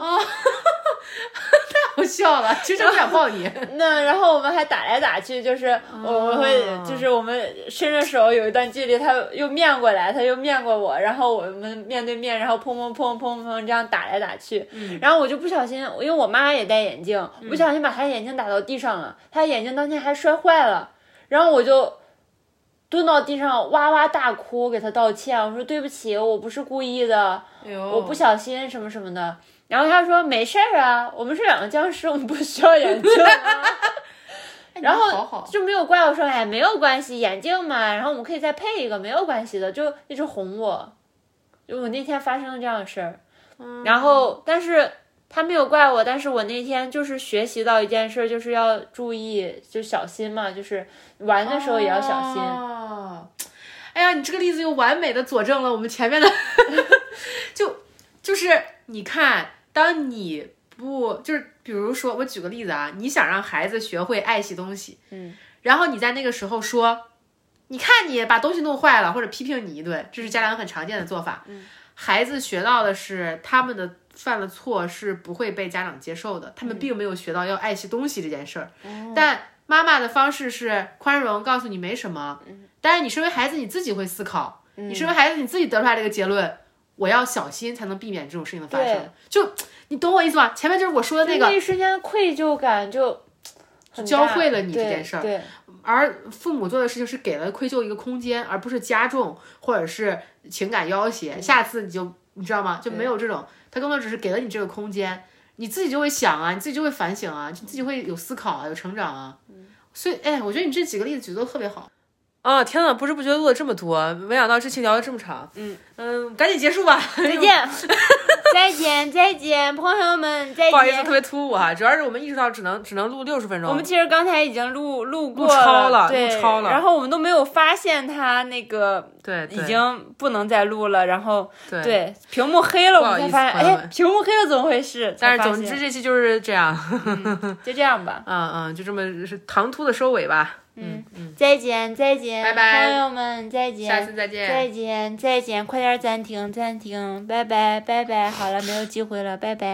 S2: 我笑了，其实我想抱你。
S1: 那然后我们还打来打去，就是我们会，就是我们伸着手有一段距离，他又面过来，他又面过我，然后我们面对面，然后砰砰砰砰砰这样打来打去。然后我就不小心，因为我妈也戴眼镜，我不小心把她眼镜打到地上了，她眼镜当天还摔坏了，然后我就蹲到地上哇哇大哭，给她道歉，我说对不起，我不是故意的，
S2: 我
S1: 我不
S2: 哦
S1: 小心什么什么的。然后她说没事儿啊，我们是两个僵尸，我们不需要眼镜啊。然后
S2: 好好
S1: 哦就没有怪我说，哎，没有关系，眼镜嘛，然后我们可以再配一个，没有关系的，就一直哄我。就我那天发生了这样的事儿，然后但是他没有怪我，但是我那天就是学习到一件事儿，就是要注意，就小心嘛，就是玩的时候也要小心。
S2: 哦哎呀，你这个例子又完美的佐证了我们前面的， 就就是你看，当你不就是比如说，我举个例子啊，你想让孩子学会爱惜东西，
S1: 嗯，
S2: 然后你在那个时候说，你看你把东西弄坏了，或者批评你一顿，这是家长很常见的做法。嗯，孩子学到的是他们的犯了错是不会被家长接受的，
S1: 嗯
S2: 他们并没有学到要爱惜东西这件事儿。
S1: 哦
S2: 但妈妈的方式是宽容，告诉你没什么。但是你身为孩子，你自己会思考，你身为孩子你自己得出来这个结论。我要小心才能避免这种事情的发生
S1: 对。
S2: 就你懂我意思吗？前面就是我说的那个，
S1: 那一瞬间的愧疚感就很
S2: 教
S1: 大
S2: 会了你这
S1: 对
S2: 件事儿
S1: 对，
S2: 而父母做的事情是给了愧疚一个空间，而不是加重或者是情感要挟。下次你就你知道吗？就没有这种，他更多只是给了你这个空间，你自己就会想啊，你自己就会反省啊，你自己会有思考啊，有成长啊。
S1: 嗯
S2: 所以，哎，我觉得你这几个例子举得都特别好。啊天呐，不知不觉录了这么多，没想到这期聊了这么长。嗯嗯，赶紧结束吧。
S1: 再见，再见，再见，朋友们，再见。
S2: 不好意思，特别突兀啊哈、主要是我们意识到只能只能录六十分钟。
S1: 我们其实刚才已经录录过
S2: 超了
S1: 对
S2: 录超了
S1: 然后我们都没有发现它那个
S2: 对
S1: 已
S2: 对
S1: 经不能再录了，然后
S2: 对
S1: 对屏幕黑了，我们才
S2: 不好
S1: 发
S2: 意思
S1: 现，
S2: 朋友们
S1: 哎，屏幕黑了怎么回事？
S2: 但是
S1: 才发
S2: 总之
S1: 现
S2: 这期就是 这样。
S1: 就这样吧，
S2: 嗯嗯，就这么是唐突的收尾吧。
S1: 嗯，再见，再见，
S2: 拜拜
S1: 朋友们，再见，
S2: 下次再见
S1: 再见，再见，快点暂停，暂停，拜拜，拜拜，好了，没有机会了，拜拜。